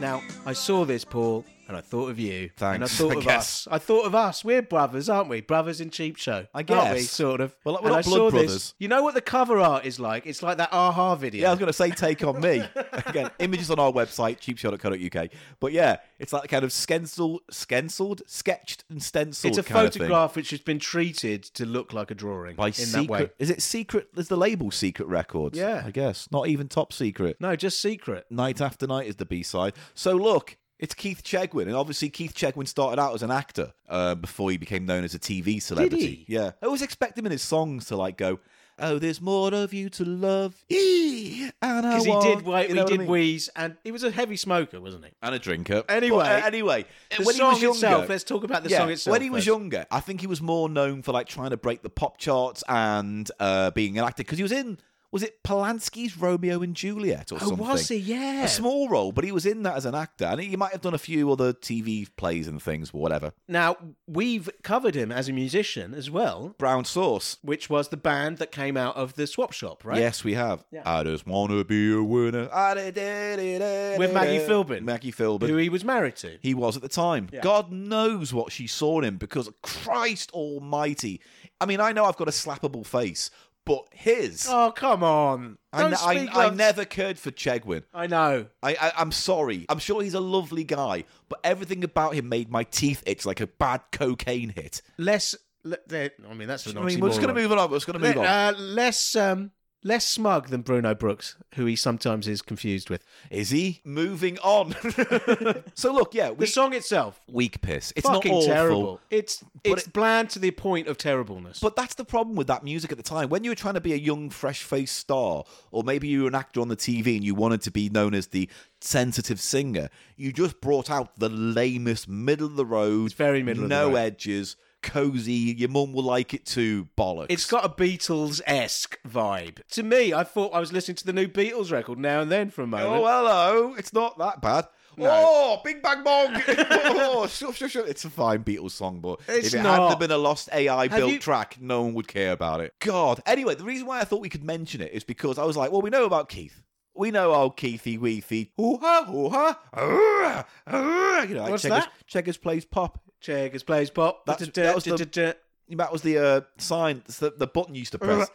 Speaker 2: Now, I saw this, Paul, and I thought of you. And I
Speaker 1: Thanks,
Speaker 2: thought
Speaker 1: I
Speaker 2: of
Speaker 1: guess.
Speaker 2: us. I thought of us. We're brothers, aren't we? Brothers in Cheap Show.
Speaker 1: I
Speaker 2: Aren't we,
Speaker 1: guess.
Speaker 2: sort of.
Speaker 1: Well, we're
Speaker 2: and
Speaker 1: not
Speaker 2: I
Speaker 1: blood
Speaker 2: saw
Speaker 1: brothers.
Speaker 2: This. You know what the cover art is like? It's like that AHA video.
Speaker 1: yeah i was going to say take on me again images on our website cheapshot.co.uk but yeah it's that kind of stenciled stenciled sketched and stenciled
Speaker 2: it's a
Speaker 1: kind of thing.
Speaker 2: photograph which has been treated to look like a drawing
Speaker 1: by
Speaker 2: in
Speaker 1: secret
Speaker 2: that way.
Speaker 1: is it secret is the label secret records
Speaker 2: Yeah.
Speaker 1: i guess not even top secret
Speaker 2: No, just secret.
Speaker 1: Night After Night is the B side. So look, it's Keith Chegwin, and obviously Keith Chegwin started out as an actor uh, before he became known as a TV celebrity.
Speaker 2: he?
Speaker 1: Yeah, I always expect him in his songs to like go, "Oh, there's more of you to love," Eee, and I
Speaker 2: Because he
Speaker 1: want-"
Speaker 2: did wait,
Speaker 1: You
Speaker 2: we
Speaker 1: know what I
Speaker 2: did
Speaker 1: mean?
Speaker 2: wheeze, and he was a heavy smoker, wasn't he?
Speaker 1: and a drinker.
Speaker 2: Anyway,
Speaker 1: But, uh, anyway,
Speaker 2: The
Speaker 1: when
Speaker 2: song
Speaker 1: he was younger,
Speaker 2: itself. Let's talk about the song itself.
Speaker 1: when he was
Speaker 2: first.
Speaker 1: younger, I think he was more known for like trying to break the pop charts and uh, being an actor because he was in was it Polanski's Romeo and Juliet or
Speaker 2: Oh,
Speaker 1: something?
Speaker 2: was he? Yeah.
Speaker 1: a small role, but he was in that as an actor, and he might have done a few other TV plays and things, whatever.
Speaker 2: now, we've covered him as a musician as well,
Speaker 1: Brown Sauce.
Speaker 2: which was the band that came out of the swap shop, right?
Speaker 1: Yes, we have.
Speaker 2: Yeah.
Speaker 1: I just wanna be a winner. Ah, With
Speaker 2: With Maggie Philbin.
Speaker 1: Maggie Philbin.
Speaker 2: Who he was married to.
Speaker 1: He was at the time.
Speaker 2: Yeah.
Speaker 1: God knows what she saw in him because Christ Almighty. I mean, I know I've got a slappable face, but his.
Speaker 2: Oh, come on.
Speaker 1: I,
Speaker 2: Don't
Speaker 1: ne- I-
Speaker 2: speak
Speaker 1: I
Speaker 2: like-
Speaker 1: never cared for Chegwin.
Speaker 2: I know.
Speaker 1: I, I, I'm sorry. I'm sure he's a lovely guy, but everything about him made my teeth itch like a bad cocaine hit.
Speaker 2: Less. Le- there- I mean, that's an
Speaker 1: I mean, we're just going to move on. We're just going to move on.
Speaker 2: Uh, less, um, less smug than Bruno Brooks, who he sometimes is confused with.
Speaker 1: Is he moving on? so look, yeah,
Speaker 2: The
Speaker 1: we,
Speaker 2: song itself,
Speaker 1: weak piss. It's not
Speaker 2: fucking
Speaker 1: awful,
Speaker 2: terrible. It's it's
Speaker 1: it-
Speaker 2: bland to the point of terribleness.
Speaker 1: But that's the problem with that music at the time. When you were trying to be a young, fresh faced star, or maybe you were an actor on the TV and you wanted to be known as the sensitive singer, you just brought out the lamest, middle of the road,
Speaker 2: very middle of the
Speaker 1: no
Speaker 2: road.
Speaker 1: edges, cozy, your mum will like it too, bollocks.
Speaker 2: It's got a Beatles esque vibe. To me, I thought I was listening to the new Beatles record now and then for a moment.
Speaker 1: Oh, hello. It's not that bad. Oh, Big Bang Bong! oh, shut, shut, shut. It's a fine Beatles song, but
Speaker 2: It's
Speaker 1: if it
Speaker 2: not.
Speaker 1: hadn't been a lost AI built
Speaker 2: you-
Speaker 1: track, no one would care about it. God. Anyway, the reason why I thought we could mention it is because I was like, well, we know about Keith. We know old Keithy Weethy. Hoo ha, hoo ha. arrgh, arrgh. You know, like
Speaker 2: What's
Speaker 1: Checkers,
Speaker 2: that?
Speaker 1: Checkers plays pop.
Speaker 2: Checkers plays pop.
Speaker 1: That's- that was the-
Speaker 2: Du-du-du-du-du-du.
Speaker 1: That was the uh, sign that's the, the button you used to press.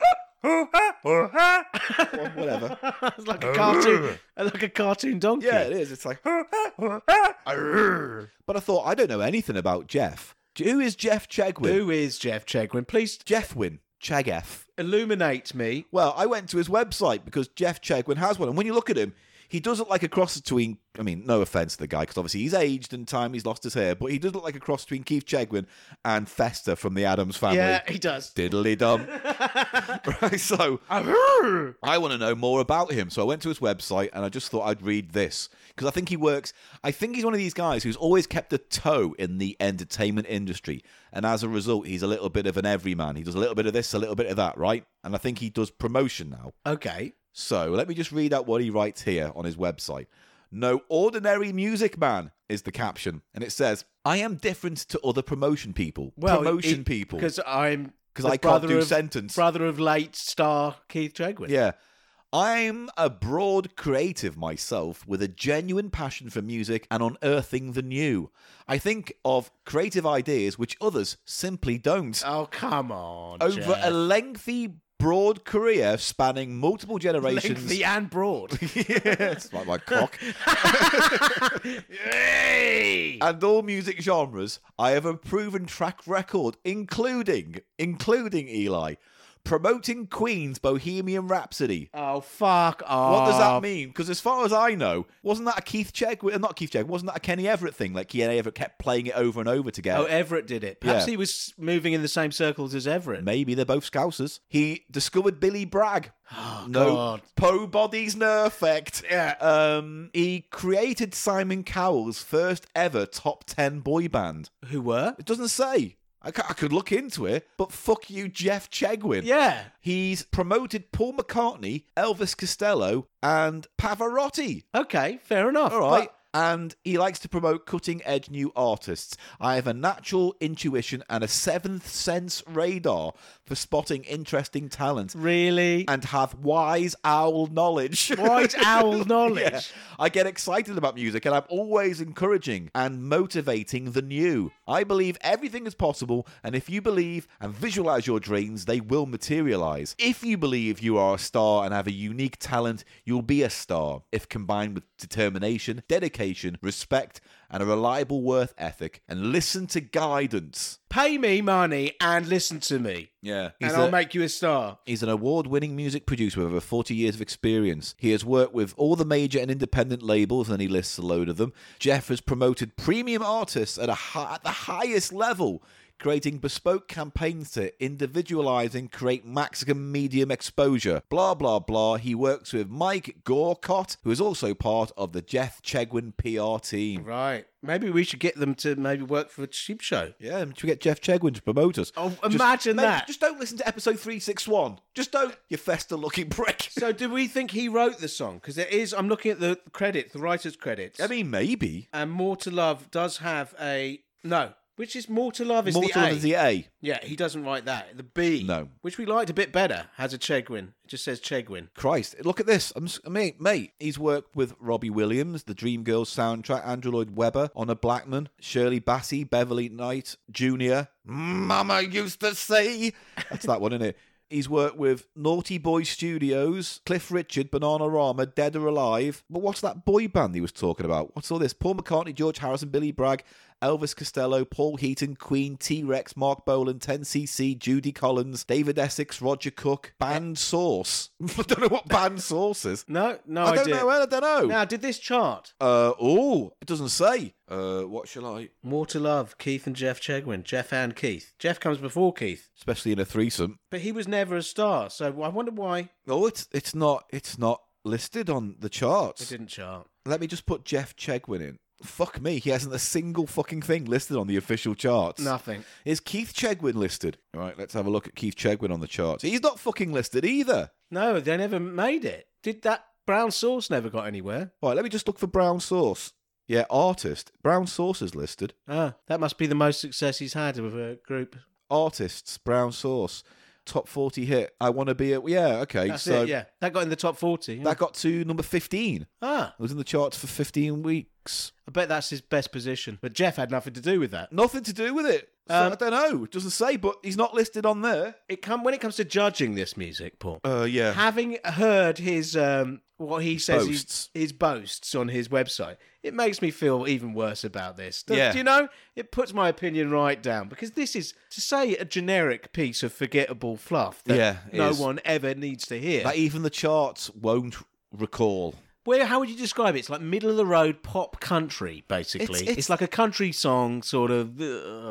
Speaker 1: Or Whatever.
Speaker 2: It's like
Speaker 1: Oh.
Speaker 2: a cartoon, like a cartoon donkey.
Speaker 1: Yeah, it is. It's like. But I thought, I don't know anything about Jeff. Who is Jeff Chegwin?
Speaker 2: Who is Jeff Chegwin? Please
Speaker 1: Jeffwin. Chegeff.
Speaker 2: illuminate me.
Speaker 1: Well, I went to his website because Jeff Chegwin has one, and when you look at him, he does look like a cross between. I mean, no offense to the guy, because obviously he's aged and time he's lost his hair, but he does look like a cross between Keith Chegwin and Fester from the Adams Family.
Speaker 2: Yeah, he does.
Speaker 1: Diddly dum. right, so I want to know more about him. So I went to his website and I just thought I'd read this because I think he works. I think he's one of these guys who's always kept a toe in the entertainment industry. And as a result, he's a little bit of an everyman. He does a little bit of this, a little bit of that, right? And I think he does promotion now.
Speaker 2: Okay.
Speaker 1: So let me just read out what he writes here on his website. No ordinary music man is the caption. And it says, I am different to other promotion people. promotion people.
Speaker 2: Because I'm
Speaker 1: 'Cause
Speaker 2: the
Speaker 1: I can't
Speaker 2: brother
Speaker 1: do
Speaker 2: of-
Speaker 1: sentence.
Speaker 2: Brother of late star Keith Chegwin.
Speaker 1: Yeah. I'm a broad creative myself with a genuine passion for music and unearthing the new. I think of creative ideas which others simply don't.
Speaker 2: Oh come on.
Speaker 1: Over
Speaker 2: Jeff.
Speaker 1: a lengthy, broad career spanning multiple generations.
Speaker 2: lengthy and broad.
Speaker 1: yes, like my cock. and all music genres, I have a proven track record, including, including Eli, promoting Queen's Bohemian Rhapsody,
Speaker 2: oh fuck off.
Speaker 1: what does that mean? Because as far as I know, wasn't that a Keith Chegwin? Not Keith Chegwin. Wasn't that a Kenny Everett thing? Like Kenny Everett kept playing it over and over to get.
Speaker 2: Oh,
Speaker 1: it.
Speaker 2: Everett did it. Perhaps
Speaker 1: Yeah.
Speaker 2: he was moving in the same circles as Everett.
Speaker 1: Maybe they're both Scousers. He discovered Billy Bragg. no
Speaker 2: God.
Speaker 1: Poe Body's Nerf Effect.
Speaker 2: Yeah.
Speaker 1: Um, he created Simon Cowell's first ever top ten boy band.
Speaker 2: Who were?
Speaker 1: It doesn't say. I, ca- I could look into it, but fuck you, Jeff Chegwin.
Speaker 2: Yeah.
Speaker 1: He's promoted Paul McCartney, Elvis Costello, and Pavarotti.
Speaker 2: Okay, fair enough.
Speaker 1: All right. and he likes to promote cutting edge new artists. I have a natural intuition and a seventh sense radar for spotting interesting talent
Speaker 2: But really?
Speaker 1: and have wise owl knowledge.
Speaker 2: White owl knowledge.
Speaker 1: Yeah. I get excited about music and I'm always encouraging and motivating the new. I believe everything is possible, and if you believe and visualize your dreams, they will materialize. If you believe you are a star and have a unique talent, you'll be a star if combined with determination, dedication, respect, and a reliable worth ethic, and listen to guidance.
Speaker 2: Pay me money and listen to me,
Speaker 1: Yeah.
Speaker 2: and I'll make you a star.
Speaker 1: He's an award winning music producer with over 40 years of experience. He has worked with all the major and independent labels, and he lists a load of them. Jeff has promoted premium artists at, a hi- at the highest level, creating bespoke campaigns to individualize and create maximum medium exposure. Blah, blah, blah. He works with Mike Gorcott, who is also part of the Jeff Chegwin PR team.
Speaker 2: Right. Maybe we should get them to maybe work for a cheap show.
Speaker 1: Yeah, should we get Jeff Chegwin to promote us?
Speaker 2: Oh, imagine
Speaker 1: maybe-
Speaker 2: that.
Speaker 1: Just don't listen to episode 361. Just don't, you fester looking prick.
Speaker 2: So, do we think he wrote the song? Because there is, I'm looking at the credits, the writer's credits.
Speaker 1: I mean, maybe.
Speaker 2: and More to Love does have a. No. Which is More to Love is
Speaker 1: Mortal
Speaker 2: the A.
Speaker 1: Kombat is the A.
Speaker 2: yeah, he doesn't write that. The B.
Speaker 1: No.
Speaker 2: Which we liked a bit better, has a Chegwin. It just says Chegwin.
Speaker 1: Christ, look at this. I'm, s- I mean, mate, he's worked with Robbie Williams, the Dreamgirls soundtrack, Andrew Lloyd Webber, Honor Blackman, Shirley Bassey, Beverly Knight Jr. Mama used to say. That's that one, isn't it? He's worked with Naughty Boy Studios, Cliff Richard, Banana Rama, Dead or Alive. But what's that boy band he was talking about? What's all this? Paul McCartney, George Harrison, Billy Bragg, Elvis Costello, Paul Heaton, Queen, T Rex, Mark Bolan, 10cc, Judy Collins, David Essex, Roger Cook, Band Source. I don't know what Band Source is.
Speaker 2: No, no
Speaker 1: I don't
Speaker 2: idea.
Speaker 1: know. I don't know.
Speaker 2: Now, did this chart?
Speaker 1: Uh, oh, it doesn't say. Uh, what shall I?
Speaker 2: More to Love, Keith and Jeff Chegwin. Jeff and Keith. Jeff comes before Keith.
Speaker 1: Especially in a threesome.
Speaker 2: But he was never a star, so I wonder why
Speaker 1: No, it's it's not it's not listed on the
Speaker 2: it
Speaker 1: charts.
Speaker 2: didn't chart.
Speaker 1: Let me just put Jeff Chegwin in. Fuck me, he hasn't a single fucking thing listed on the official charts.
Speaker 2: Nothing.
Speaker 1: Is Keith Chegwin listed? All right, let's have a look at Keith Chegwin on the charts. He's not fucking listed either.
Speaker 2: No, they never made it. Did that brown sauce never got anywhere?
Speaker 1: All right, let me just look for Brown Sauce. Yeah, artist. Brown Sauce is listed.
Speaker 2: Ah, that must be the most success he's had with a group.
Speaker 1: Artists, Brown Sauce. top 40 hit. I want to be a. Yeah, okay.
Speaker 2: That's
Speaker 1: so
Speaker 2: it, yeah. That got in the top 40.
Speaker 1: that got to number 15.
Speaker 2: ah,
Speaker 1: It was in the charts for 15 weeks.
Speaker 2: I bet that's his best position. But Jeff had nothing to do with that.
Speaker 1: Nothing to do with it. So
Speaker 2: Um,
Speaker 1: I don't know. It doesn't say, but he's not listed on there.
Speaker 2: It come, when it comes to judging this music, Paul,
Speaker 1: Uh, yeah.
Speaker 2: having heard his um, what he says
Speaker 1: Boasts.
Speaker 2: His, his boasts on his website, it makes me feel even worse about this. Do,
Speaker 1: Yeah.
Speaker 2: do you know? It puts my opinion right down because this is to say a generic piece of forgettable fluff that
Speaker 1: Yeah, it
Speaker 2: no
Speaker 1: is.
Speaker 2: one ever needs to hear.
Speaker 1: that even the charts won't recall.
Speaker 2: Where how would you describe it? It's like middle of the road pop country, basically. It's,
Speaker 1: it's-
Speaker 2: like a country song sort of. uh,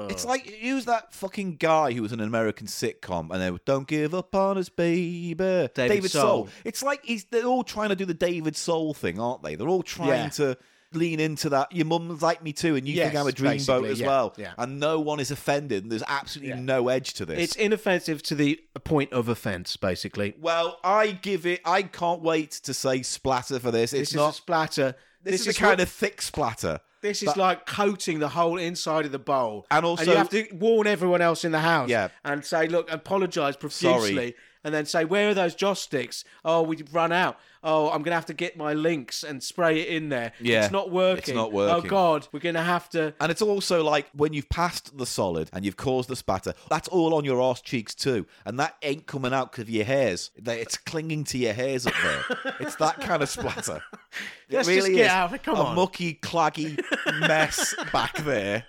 Speaker 2: Ugh.
Speaker 1: It's like who's that fucking guy who was in an American sitcom and they were "Don't give up on us, baby." David,
Speaker 2: Soul.
Speaker 1: It's like he's, they're all trying to do the David Soul thing, aren't they? They're all trying
Speaker 2: Yeah.
Speaker 1: to lean into that. Your mum's like me too, and you think
Speaker 2: Yes,
Speaker 1: I'm a dreamboat
Speaker 2: basically,
Speaker 1: as
Speaker 2: yeah,
Speaker 1: well.
Speaker 2: yeah.
Speaker 1: And no one is offended. And there's absolutely no edge to this.
Speaker 2: it's inoffensive to the point of offence, basically.
Speaker 1: well, I give it. I can't wait to say splatter for this. It's
Speaker 2: This
Speaker 1: not.
Speaker 2: is a splatter.
Speaker 1: this, is, a kind
Speaker 2: what-
Speaker 1: of thick splatter.
Speaker 2: This is like coating the whole inside of the bowl,
Speaker 1: And also-
Speaker 2: you have to warn everyone else in the house,
Speaker 1: Yeah.
Speaker 2: and say, "Look, apologise profusely,"
Speaker 1: Sorry.
Speaker 2: and then say, "Where are those joss sticks? Oh, we run out. Oh, I'm gonna have to get my links and spray it in there.
Speaker 1: Yeah.
Speaker 2: it's not working.
Speaker 1: It's not
Speaker 2: Oh
Speaker 1: working."
Speaker 2: God, we're gonna have to." uh,
Speaker 1: And it's also like when you've passed the solid and you've caused the spatter, that's all on your arse cheeks too. And that ain't coming out 'cause of your hairs. They- It's clinging to your hairs up there. it's that kind of splatter. It
Speaker 2: Let's just
Speaker 1: really
Speaker 2: get
Speaker 1: is
Speaker 2: out of it. Come
Speaker 1: a
Speaker 2: on.
Speaker 1: mucky, claggy mess back there.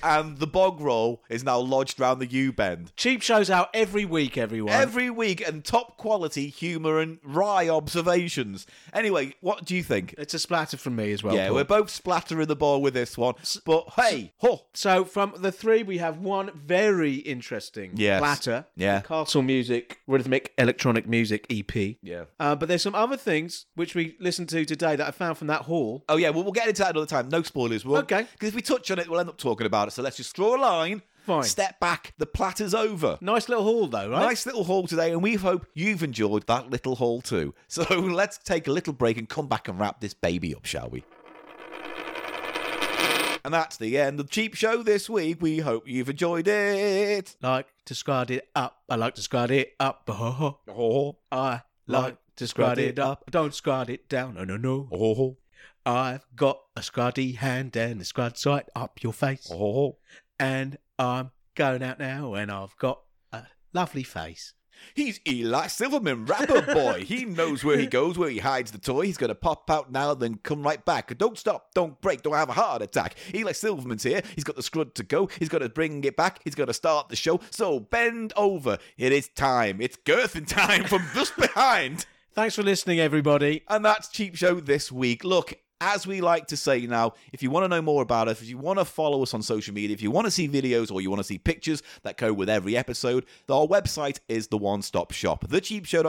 Speaker 1: And the bog roll is now lodged round the U bend.
Speaker 2: Cheap shows out every week, everyone.
Speaker 1: Every week, and top quality humour and wry observations. Anyway, what do you think?
Speaker 2: It's a splatter from me as well.
Speaker 1: Yeah,
Speaker 2: Paul.
Speaker 1: we're both splattering the ball with this one. But hey, ho,
Speaker 2: So from the three, we have one very interesting
Speaker 1: Yes.
Speaker 2: splatter.
Speaker 1: Yeah.
Speaker 2: the Castle Music Rhythmic Electronic Music EP.
Speaker 1: Yeah.
Speaker 2: Uh, but there's some other things which we listened to today that I found from that hall.
Speaker 1: Oh yeah, well we'll get into that another time. No spoilers. We'll,
Speaker 2: Okay.
Speaker 1: Because if we touch on it, we'll end up talking about it. So let's just draw a line.
Speaker 2: Fine.
Speaker 1: Step back. The platter's over.
Speaker 2: Nice little hall though, right?
Speaker 1: Nice little haul today, and we hope you've enjoyed that little haul too. So let's take a little break and come back and wrap this baby up, shall we? And that's the end of Cheap Show this week. We hope you've enjoyed it.
Speaker 2: Like to scrod it up. I like to scrod it up. Oh,
Speaker 1: Oh,
Speaker 2: I like to scrod it up. Don't scrod it down. No, no, no.
Speaker 1: oh,
Speaker 2: I've got a scruddy hand and a scrod right up your face.
Speaker 1: oh.
Speaker 2: And I'm going out now and I've got a lovely face.
Speaker 1: He's Eli Silverman, rapper boy. He knows where he goes, where he hides the toy. He's gonna pop out now, then come right back. Don't stop, don't break, don't have a heart attack. Eli Silverman's here. He's got the scrud to go. He's gonna bring it back. He's gonna start the show. So bend over. It is time. It's girthing time from just behind.
Speaker 2: Thanks for listening, everybody.
Speaker 1: And that's Cheap Show this week. Look, as we like to say now, if you want to know more about us, if you want to follow us on social media, if you want to see videos or you want to see pictures that go with every episode, our website is the one stop shop,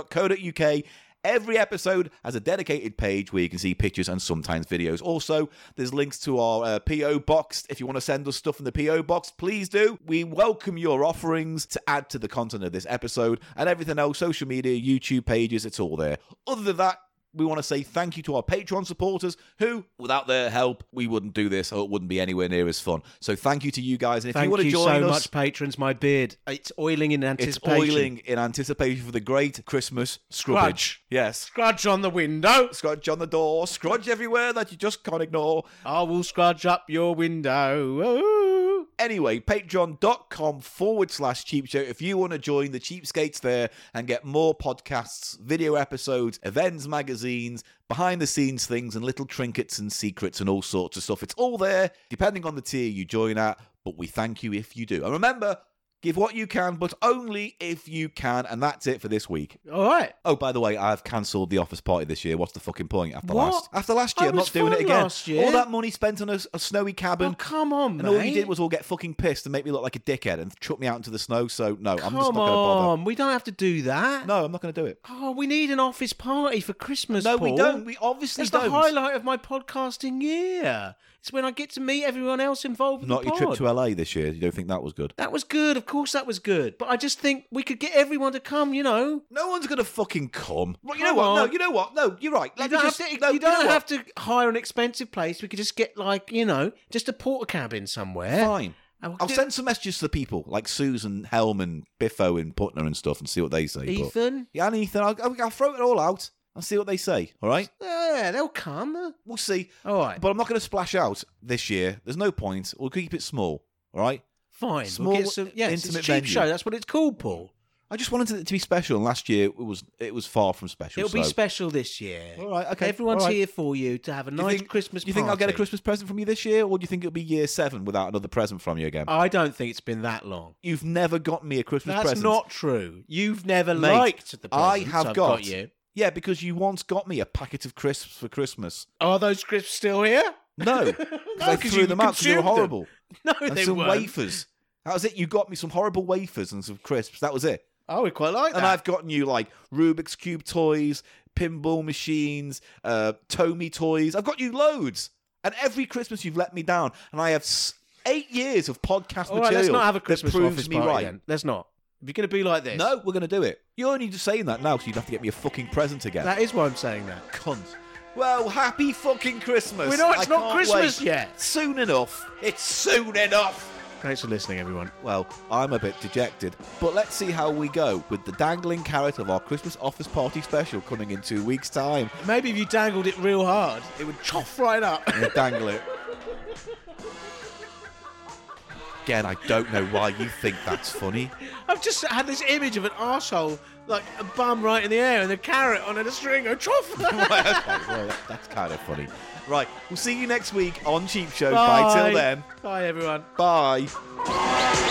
Speaker 1: thecheapshow.co.uk. Every episode has a dedicated page where you can see pictures and sometimes videos. Also, there's links to our uh, PO box. If you want to send us stuff in the PO box, please do. We welcome your offerings to add to the content of this episode and everything else social media, YouTube pages, it's all there. Other than that, we want to say thank you to our Patreon supporters who, without their help, we wouldn't do this or it wouldn't be anywhere near as fun. So thank you to you guys. And if you
Speaker 2: Thank
Speaker 1: want
Speaker 2: you,
Speaker 1: to join
Speaker 2: so
Speaker 1: us,
Speaker 2: much, patrons. My beard. It's oiling in
Speaker 1: it's
Speaker 2: anticipation.
Speaker 1: oiling in anticipation for the great Christmas scrubbage.
Speaker 2: Scrudge.
Speaker 1: Yes.
Speaker 2: Scrudge on the window.
Speaker 1: Scrudge on the door, scrudge everywhere that you just can't ignore.
Speaker 2: I will scrudge up your window. Ooh.
Speaker 1: Anyway, patreon.com forward slash cheap show if you want to join the cheapskates there and get more podcasts, video episodes, events, magazines, behind the scenes things, and little trinkets and secrets and all sorts of stuff. It's all there, depending on the tier you join at, but we thank you if you do. And remember, give what you can, but only if you can. And that's it for this week.
Speaker 2: All right.
Speaker 1: Oh, by the way, I've cancelled the office party this year. What's the fucking point after
Speaker 2: What?
Speaker 1: last? After last year,
Speaker 2: I
Speaker 1: I'm
Speaker 2: was
Speaker 1: not doing it
Speaker 2: fine
Speaker 1: again.
Speaker 2: last year.
Speaker 1: All that money spent on a, a snowy cabin.
Speaker 2: Oh, come on,
Speaker 1: And
Speaker 2: mate.
Speaker 1: all you did was all get fucking pissed and make me look like a dickhead and chuck me out into the snow. So no, I'm just
Speaker 2: Come
Speaker 1: not going to bother.
Speaker 2: on. We don't have to do that.
Speaker 1: No, I'm not going to do it.
Speaker 2: Oh, we need an office party for Christmas.
Speaker 1: No, we
Speaker 2: Paul.
Speaker 1: don't. We obviously
Speaker 2: That's the
Speaker 1: don't.
Speaker 2: highlight of my podcasting year. It's when I get to meet everyone else involved. in
Speaker 1: Not
Speaker 2: the
Speaker 1: your
Speaker 2: pod.
Speaker 1: trip to LA this year. You don't think that was good?
Speaker 2: That was good. Of course, that was good. But I just think we could get everyone to come. You know,
Speaker 1: No one's going to fucking come. Well, you know
Speaker 2: Come
Speaker 1: what?
Speaker 2: on.
Speaker 1: No, you know what? No, you're right. Let
Speaker 2: you
Speaker 1: me
Speaker 2: don't,
Speaker 1: just,
Speaker 2: have, to,
Speaker 1: no,
Speaker 2: you
Speaker 1: you
Speaker 2: don't
Speaker 1: know
Speaker 2: have
Speaker 1: what?
Speaker 2: to hire an expensive place. We could just get like you know just a porter cabin somewhere.
Speaker 1: Fine.
Speaker 2: I will
Speaker 1: I'll
Speaker 2: do-
Speaker 1: send some messages to the people, like Susan, Helm, and Biffo, and Putner, and stuff, and see what they say. but-
Speaker 2: Ethan.
Speaker 1: yeah, and Ethan, I'll, I'll- I'll throw it all out and see what they say. All right,
Speaker 2: Yeah, they'll come.
Speaker 1: we'll see.
Speaker 2: All right,
Speaker 1: But I'm not going to splash out this year. There's no point. We'll keep it small. All right.
Speaker 2: fine.
Speaker 1: small,
Speaker 2: we'll get some. Yes, it's a
Speaker 1: intimate
Speaker 2: cheap
Speaker 1: venue.
Speaker 2: show. That's what it's called, Paul.
Speaker 1: I just wanted it to be special, and last year it was it was far from special.
Speaker 2: It'll be
Speaker 1: so-
Speaker 2: special this year.
Speaker 1: All right, okay,
Speaker 2: Everyone's
Speaker 1: all right.
Speaker 2: here for you to have a
Speaker 1: Do you
Speaker 2: nice
Speaker 1: think-
Speaker 2: Christmas.
Speaker 1: Do you think I'll get a
Speaker 2: party.
Speaker 1: Christmas present from you this year, or do you think it'll be year seven without another present from you again?
Speaker 2: I don't think it's been that long.
Speaker 1: You've never got me a Christmas
Speaker 2: That's
Speaker 1: present.
Speaker 2: not true. You've never
Speaker 1: Mate,
Speaker 2: liked the
Speaker 1: I
Speaker 2: presents
Speaker 1: have
Speaker 2: I've
Speaker 1: got,
Speaker 2: you.
Speaker 1: Yeah, because you once got me a packet of crisps for Christmas.
Speaker 2: Are those crisps still here?
Speaker 1: No, because I
Speaker 2: 'cause
Speaker 1: threw
Speaker 2: you
Speaker 1: them out because they were
Speaker 2: consumed them.
Speaker 1: horrible.
Speaker 2: No,
Speaker 1: And
Speaker 2: they
Speaker 1: some
Speaker 2: weren't.
Speaker 1: wafers. That was it. You got me some horrible wafers and some crisps. That was it.
Speaker 2: I would Oh, quite like
Speaker 1: And
Speaker 2: that.
Speaker 1: I've gotten you like Rubik's Cube toys, pinball machines, uh, Tomy toys. I've got you loads. And every Christmas you've let me down. And I have s- eight years of podcast
Speaker 2: All
Speaker 1: material
Speaker 2: right, let's not have a Christmas
Speaker 1: that proves
Speaker 2: office
Speaker 1: me
Speaker 2: party
Speaker 1: right.
Speaker 2: then. Let's not. If you're going to be like this,
Speaker 1: No, we're going to do it. You're only just saying that now because you'd have to get me a fucking present again.
Speaker 2: that is why I'm saying that.
Speaker 1: cunt. Well, happy fucking Christmas.
Speaker 2: We know it's
Speaker 1: I
Speaker 2: not
Speaker 1: can't
Speaker 2: Christmas
Speaker 1: wait.
Speaker 2: yet.
Speaker 1: Soon enough. It's soon enough.
Speaker 2: Thanks for listening, everyone.
Speaker 1: Well, I'm a bit dejected, but let's see how we go with the dangling carrot of our Christmas office party special coming in two weeks' time.
Speaker 2: Maybe if you dangled it real hard, it would choff right up.
Speaker 1: I'm gonna dangle it. Again, I don't know why you think that's funny.
Speaker 2: I've just had this image of an arsehole, like a bum right in the air and a carrot on a string, a choff.
Speaker 1: Right, okay, well, that- that's kind of funny. Right, we'll see you next week on Cheap Show. Bye, till then.
Speaker 2: Bye, everyone.
Speaker 1: Bye.
Speaker 3: Thank